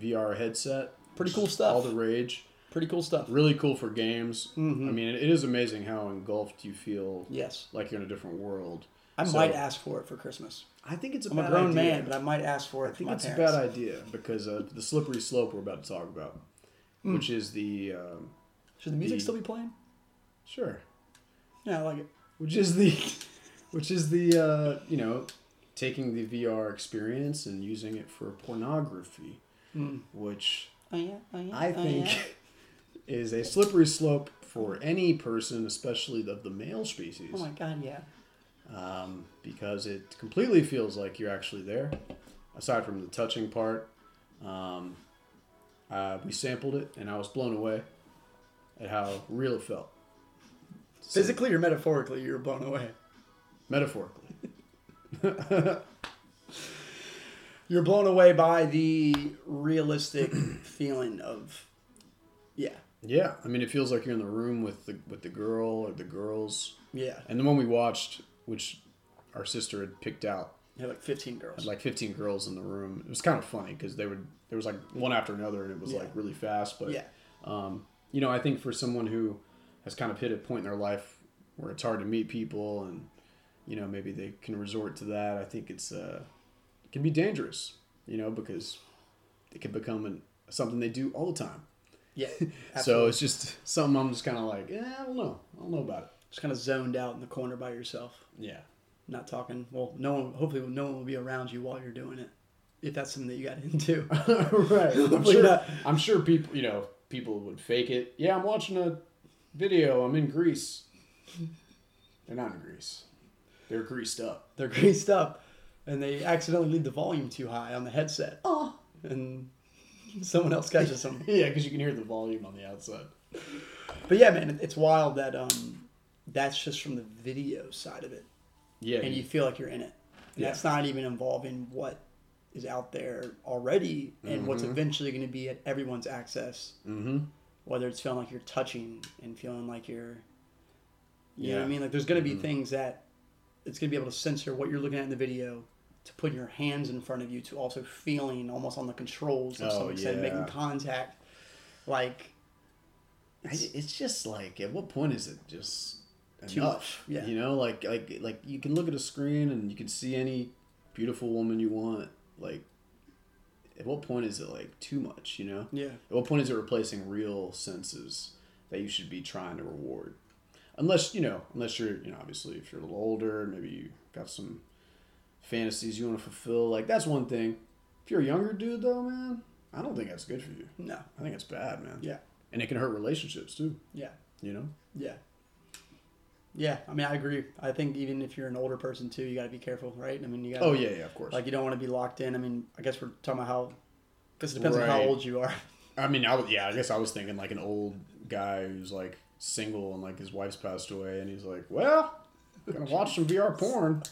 [SPEAKER 2] VR headset.
[SPEAKER 1] Pretty cool stuff.
[SPEAKER 2] All the rage.
[SPEAKER 1] Pretty cool stuff.
[SPEAKER 2] Really cool for games. I mean, it, it is amazing how engulfed you feel
[SPEAKER 1] Yes.
[SPEAKER 2] like you're in a different world.
[SPEAKER 1] I
[SPEAKER 2] So-
[SPEAKER 1] might ask for it for Christmas.
[SPEAKER 2] I think it's a
[SPEAKER 1] I'm a
[SPEAKER 2] bad
[SPEAKER 1] grown
[SPEAKER 2] idea.
[SPEAKER 1] man, but I might ask for it.
[SPEAKER 2] I think
[SPEAKER 1] my
[SPEAKER 2] it's
[SPEAKER 1] parents.
[SPEAKER 2] a bad idea because uh, the slippery slope we're about to talk about, which is the um,
[SPEAKER 1] Should the music
[SPEAKER 2] The-
[SPEAKER 1] still be playing?
[SPEAKER 2] sure,
[SPEAKER 1] Yeah, I like it.
[SPEAKER 2] which is the which is the uh, you know taking the VR experience and using it for pornography, which
[SPEAKER 1] Oh yeah. Oh yeah.
[SPEAKER 2] I
[SPEAKER 1] oh,
[SPEAKER 2] think
[SPEAKER 1] yeah.
[SPEAKER 2] is a slippery slope for any person, especially of the male species,
[SPEAKER 1] Oh my god, yeah.
[SPEAKER 2] um, because it completely feels like you're actually there, aside from the touching part. Um, uh, we sampled it, and I was blown away at how real it felt,
[SPEAKER 1] Physically or metaphorically, you're blown away.
[SPEAKER 2] metaphorically.
[SPEAKER 1] You're blown away by the realistic feeling of, yeah,
[SPEAKER 2] Yeah, I mean, it feels like you're in the room with the with the girl or the girls,
[SPEAKER 1] yeah.
[SPEAKER 2] and the one we watched, which our sister had picked out,
[SPEAKER 1] You have like 15 girls.
[SPEAKER 2] had like 15 girls in the room. It was kind of funny because they would there was like one after another, and it was
[SPEAKER 1] Yeah.
[SPEAKER 2] like really fast. But
[SPEAKER 1] yeah.
[SPEAKER 2] um, you know, I think for someone who has kind of hit a point in their life where it's hard to meet people, and you know, maybe they can resort to that. I think it's uh, it can be dangerous, you know, because it can become an, something they do all the time.
[SPEAKER 1] Yeah.
[SPEAKER 2] So
[SPEAKER 1] Absolutely.
[SPEAKER 2] it's just something I'm just kind of like, eh, I don't know. I don't know about it.
[SPEAKER 1] just kind of zoned out in the corner by yourself,
[SPEAKER 2] Yeah.
[SPEAKER 1] not talking. Well, no one, hopefully, no one will be around you while you're doing it. If that's something that you got into.
[SPEAKER 2] right. I'm
[SPEAKER 1] Hopefully
[SPEAKER 2] sure,
[SPEAKER 1] not.
[SPEAKER 2] I'm sure people, you know, people would fake it. Yeah, I'm watching a video. I'm in Greece. They're not in Greece. They're greased up.
[SPEAKER 1] They're greased up and they accidentally leave the volume too high on the headset. Oh. And someone else catches them.
[SPEAKER 2] Yeah, because you can hear the volume on the outside.
[SPEAKER 1] But yeah, man, it- it's wild that um, that's just from the video side of it,
[SPEAKER 2] Yeah.
[SPEAKER 1] and you
[SPEAKER 2] you-
[SPEAKER 1] feel like you're in it. And
[SPEAKER 2] Yeah.
[SPEAKER 1] That's not even involving what is out there already and what's eventually going to be at everyone's access.
[SPEAKER 2] Mhm.
[SPEAKER 1] Whether it's feeling like you're touching and feeling like you're, you know what
[SPEAKER 2] Yeah.
[SPEAKER 1] I mean? Like there's going to be things that it's going to be able to censor what you're looking at in the video to put your hands in front of you to also feeling almost on the controls, like
[SPEAKER 2] Oh,
[SPEAKER 1] someone said, making
[SPEAKER 2] yeah.
[SPEAKER 1] contact. Like
[SPEAKER 2] I- it's just like, at what point is it just
[SPEAKER 1] Too
[SPEAKER 2] enough?
[SPEAKER 1] much, yeah.
[SPEAKER 2] You know, like, like, like you can look at a screen and you can see any beautiful woman you want. Like, at what point is it like too much? You know.
[SPEAKER 1] yeah,
[SPEAKER 2] At what point is it replacing real senses that you should be trying to reward? Unless you know, unless you're you know, obviously if you're a little older, maybe you got some fantasies you want to fulfill. Like that's one thing. If you're a younger dude though, man, I don't think that's good for you.
[SPEAKER 1] no,
[SPEAKER 2] I think it's bad, man.
[SPEAKER 1] yeah,
[SPEAKER 2] and it can hurt relationships too.
[SPEAKER 1] yeah.
[SPEAKER 2] You know.
[SPEAKER 1] Yeah. Yeah, I mean, I agree. I think even if you're an older person too, you got to be careful, right? I mean, you got.
[SPEAKER 2] Oh yeah, yeah, of course.
[SPEAKER 1] Like you don't want to be locked in. I mean, I guess we're talking about how. Because it depends on how
[SPEAKER 2] Right.
[SPEAKER 1] old you are.
[SPEAKER 2] I mean, I was, yeah, I guess I was thinking like an old guy who's like single and like his wife's passed away, and he's like, well, gonna watch some VR porn.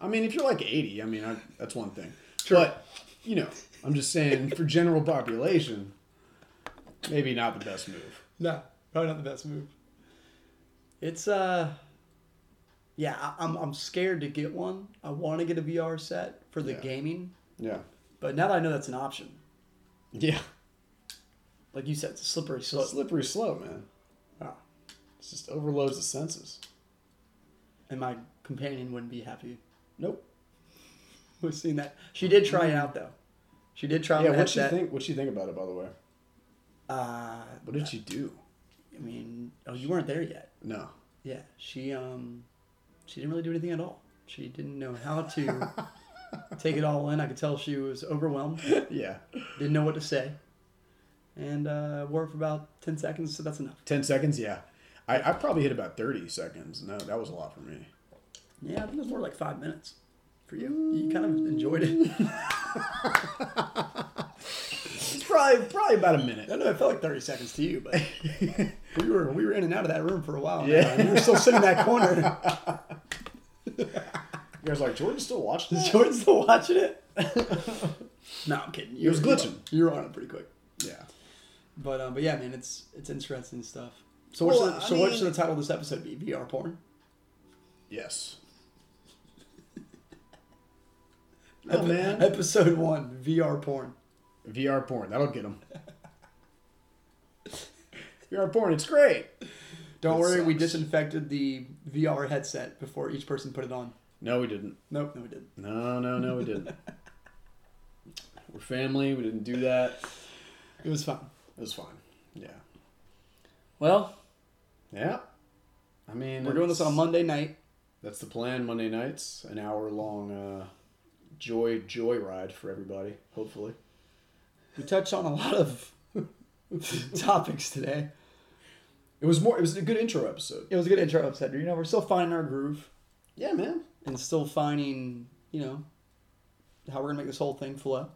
[SPEAKER 2] I mean, if you're like 80, I mean, I, that's one thing. But you know, I'm just saying for general population, maybe not the best move.
[SPEAKER 1] no, probably not the best move. It's uh. Yeah, I, I'm I'm scared to get one. I want to get a VR set for the
[SPEAKER 2] Yeah.
[SPEAKER 1] gaming,
[SPEAKER 2] Yeah.
[SPEAKER 1] but now that I know that's an option,
[SPEAKER 2] Yeah.
[SPEAKER 1] like you said, it's a slippery slope.
[SPEAKER 2] Slippery slope, man.
[SPEAKER 1] Wow.
[SPEAKER 2] It just overloads the senses.
[SPEAKER 1] And my companion wouldn't be happy
[SPEAKER 2] Nope.
[SPEAKER 1] with seeing that. She did try it out though. She did try.
[SPEAKER 2] Yeah.
[SPEAKER 1] the
[SPEAKER 2] What you
[SPEAKER 1] headset.
[SPEAKER 2] think? What you think about it, by the way?
[SPEAKER 1] Uh,
[SPEAKER 2] What did she do?
[SPEAKER 1] I mean, oh, you weren't there yet.
[SPEAKER 2] No.
[SPEAKER 1] Yeah, she um, she didn't really do anything at all. She didn't know how to take it all in. I could tell she was overwhelmed.
[SPEAKER 2] yeah.
[SPEAKER 1] Didn't know what to say. And uh, wore it for about ten seconds, so that's enough.
[SPEAKER 2] 10 seconds yeah I, I probably hit about 30 seconds no that was a lot for me
[SPEAKER 1] Yeah, I think it was more like five minutes Mm. for you. You kind of enjoyed it.
[SPEAKER 2] it's probably probably about a minute
[SPEAKER 1] I know it felt like thirty seconds to you, but we were we were in and out of that room for a while. Yeah,
[SPEAKER 2] Yeah.
[SPEAKER 1] and you were still sitting in that corner.
[SPEAKER 2] you guys like jordan still watching this
[SPEAKER 1] Jordan's still watching it. no, I'm kidding. You
[SPEAKER 2] was
[SPEAKER 1] were-
[SPEAKER 2] glitching.
[SPEAKER 1] You were on it pretty quick.
[SPEAKER 2] yeah
[SPEAKER 1] But um, but yeah, man, it's it's interesting stuff. So what's
[SPEAKER 2] Well,
[SPEAKER 1] the,
[SPEAKER 2] I
[SPEAKER 1] so what
[SPEAKER 2] mean-
[SPEAKER 1] should the title of this episode be? VR porn.
[SPEAKER 2] yes oh
[SPEAKER 1] Epi-
[SPEAKER 2] man
[SPEAKER 1] Episode one, VR porn.
[SPEAKER 2] vr porn that'll get him vr porn it's great
[SPEAKER 1] Don't
[SPEAKER 2] That
[SPEAKER 1] worry, we
[SPEAKER 2] sucks.
[SPEAKER 1] disinfected the VR headset before each person put it on.
[SPEAKER 2] no we didn't
[SPEAKER 1] Nope, no, we didn't.
[SPEAKER 2] no no no we didn't we're family we didn't do that
[SPEAKER 1] It was fun.
[SPEAKER 2] it was fine yeah
[SPEAKER 1] Well,
[SPEAKER 2] yeah i mean
[SPEAKER 1] we're doing this on
[SPEAKER 2] it's-
[SPEAKER 1] Monday night.
[SPEAKER 2] That's the plan. Monday nights, an hour long uh, joy joyride for everybody. Hopefully,
[SPEAKER 1] We touched on a lot of topics today.
[SPEAKER 2] It was more. It was a good intro episode.
[SPEAKER 1] It was a good intro upset. You know, we're still finding our groove
[SPEAKER 2] Yeah, man.
[SPEAKER 1] and still finding, you know, how we're gonna make this whole thing flow.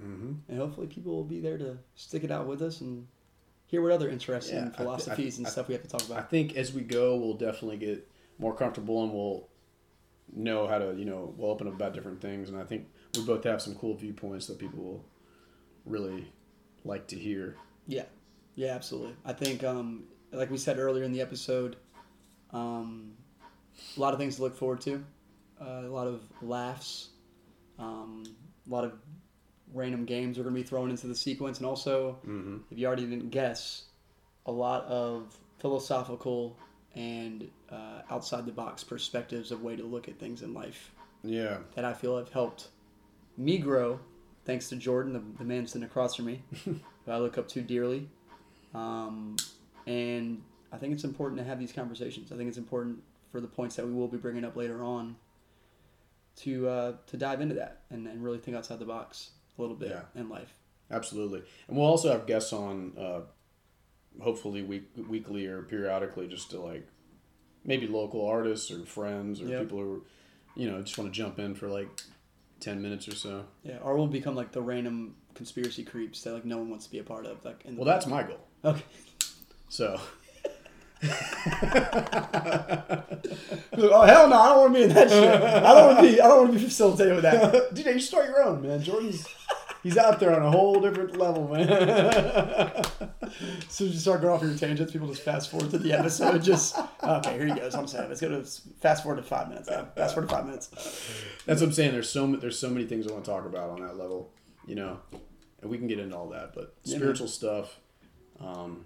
[SPEAKER 2] Mhm.
[SPEAKER 1] And hopefully, people will be there to stick it out with us and hear what other interesting
[SPEAKER 2] Yeah, I thi- I-
[SPEAKER 1] philosophies and
[SPEAKER 2] I-
[SPEAKER 1] stuff we have to talk
[SPEAKER 2] I
[SPEAKER 1] about.
[SPEAKER 2] think as we go, we'll definitely get more comfortable and we'll know how to, you know, we'll open up about different things. And I think we both have some cool viewpoints that people will really like to hear.
[SPEAKER 1] Yeah, yeah, absolutely. I think, um, like we said earlier in the episode, um, a lot of things to look forward to, uh, a lot of laughs, um, a lot of random games are going to be thrown into the sequence, and also, if you already didn't guess, a lot of philosophical and uh, outside the box perspectives of way to look at things in life
[SPEAKER 2] Yeah.
[SPEAKER 1] that I feel have helped me grow, thanks to Jordan, the, the man sitting across from me, who I look up to dearly. Um, and I think it's important to have these conversations. I think it's important for the points that we will be bringing up later on to uh, to dive into that and, and really think outside the box a little bit
[SPEAKER 2] Yeah.
[SPEAKER 1] in life.
[SPEAKER 2] Absolutely, and we'll also have guests on, uh, hopefully week weekly or periodically, just to like maybe local artists or friends or
[SPEAKER 1] Yeah.
[SPEAKER 2] people who, you know, just want to jump in for like ten minutes or so.
[SPEAKER 1] Yeah, or we'll become like the random conspiracy creeps that like no one wants to be a part of. Like, in the
[SPEAKER 2] Well, that's my goal.
[SPEAKER 1] okay.
[SPEAKER 2] So
[SPEAKER 1] Like, oh hell no! I don't want to be in that shit. I don't want to be. I don't want to be facilitated with that.
[SPEAKER 2] DJ, you start your own, man. Jordan's he's out there on a whole different level, man.
[SPEAKER 1] As soon as you start going off your tangents, people just fast forward to the episode. Just okay, here he goes. I'm sad. Let's go to fast forward to five minutes. Now. Fast forward to five minutes.
[SPEAKER 2] That's what I'm saying. There's so ma- there's so many things I want to talk about on that level, you know, and we can get into all that. But
[SPEAKER 1] Yeah, man.
[SPEAKER 2] spiritual stuff, um,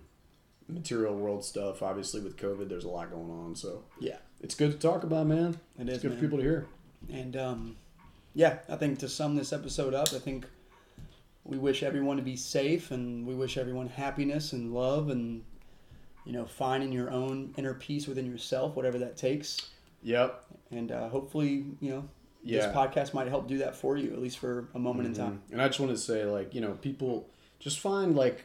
[SPEAKER 2] material world stuff. Obviously, with COVID, there's a lot going on, so
[SPEAKER 1] Yeah,
[SPEAKER 2] it's good to talk about, man.
[SPEAKER 1] It
[SPEAKER 2] it's
[SPEAKER 1] is,
[SPEAKER 2] good
[SPEAKER 1] man.
[SPEAKER 2] for people to hear.
[SPEAKER 1] and um, yeah, I think to sum this episode up, I think we wish everyone to be safe, and we wish everyone happiness and love, and you know, finding your own inner peace within yourself, whatever that takes.
[SPEAKER 2] Yep.
[SPEAKER 1] And uh, hopefully, you know,
[SPEAKER 2] Yeah.
[SPEAKER 1] this podcast might help do that for you, at least for a moment in time.
[SPEAKER 2] And I just want to say, like, you know, people just find like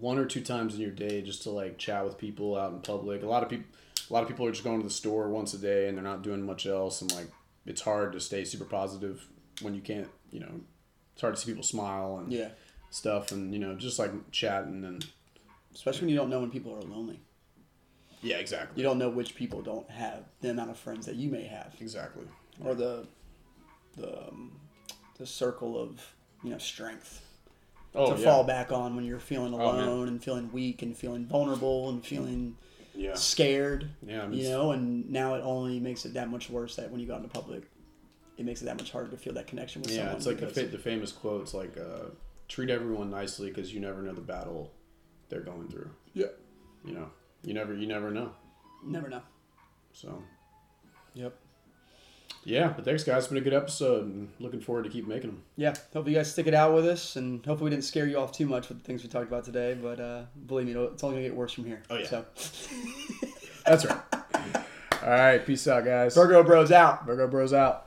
[SPEAKER 2] one or two times in your day just to like chat with people out in public. A lot of people, a lot of people are just going to the store once a day and they're not doing much else. And like, it's hard to stay super positive when you can't, you know, it's hard to see people smile and
[SPEAKER 1] Yeah,
[SPEAKER 2] stuff. And you know, just like chatting and
[SPEAKER 1] especially when you don't know when people are lonely.
[SPEAKER 2] yeah, exactly,
[SPEAKER 1] you don't know which people don't have the amount of friends that you may have
[SPEAKER 2] exactly.
[SPEAKER 1] or the the, um, the circle of you know strength
[SPEAKER 2] Oh,
[SPEAKER 1] to
[SPEAKER 2] yeah.
[SPEAKER 1] fall back on when you're feeling
[SPEAKER 2] man.
[SPEAKER 1] alone and feeling weak and feeling vulnerable and feeling
[SPEAKER 2] Yeah.
[SPEAKER 1] scared
[SPEAKER 2] Yeah, I mean,
[SPEAKER 1] you
[SPEAKER 2] it's-
[SPEAKER 1] know and now it only makes it that much worse that when you go out in public it makes it that much harder to feel that connection with
[SPEAKER 2] Yeah,
[SPEAKER 1] someone
[SPEAKER 2] it's like the,
[SPEAKER 1] because-
[SPEAKER 2] fa- the famous quotes like uh, "treat everyone nicely" because you never know the battle they're going through.
[SPEAKER 1] yeah
[SPEAKER 2] You know, you never you never know.
[SPEAKER 1] never know
[SPEAKER 2] So
[SPEAKER 1] yep
[SPEAKER 2] yeah, but thanks guys. It's been a good episode. and Looking forward to keep making them.
[SPEAKER 1] yeah hope you guys stick it out with us and hopefully we didn't scare you off too much with the things we talked about today but uh, believe me it'll- it's only gonna get worse from here
[SPEAKER 2] Oh, yeah.
[SPEAKER 1] so
[SPEAKER 2] That's right. All right, peace out, guys.
[SPEAKER 1] virgo bros out
[SPEAKER 2] Virgo Bros out.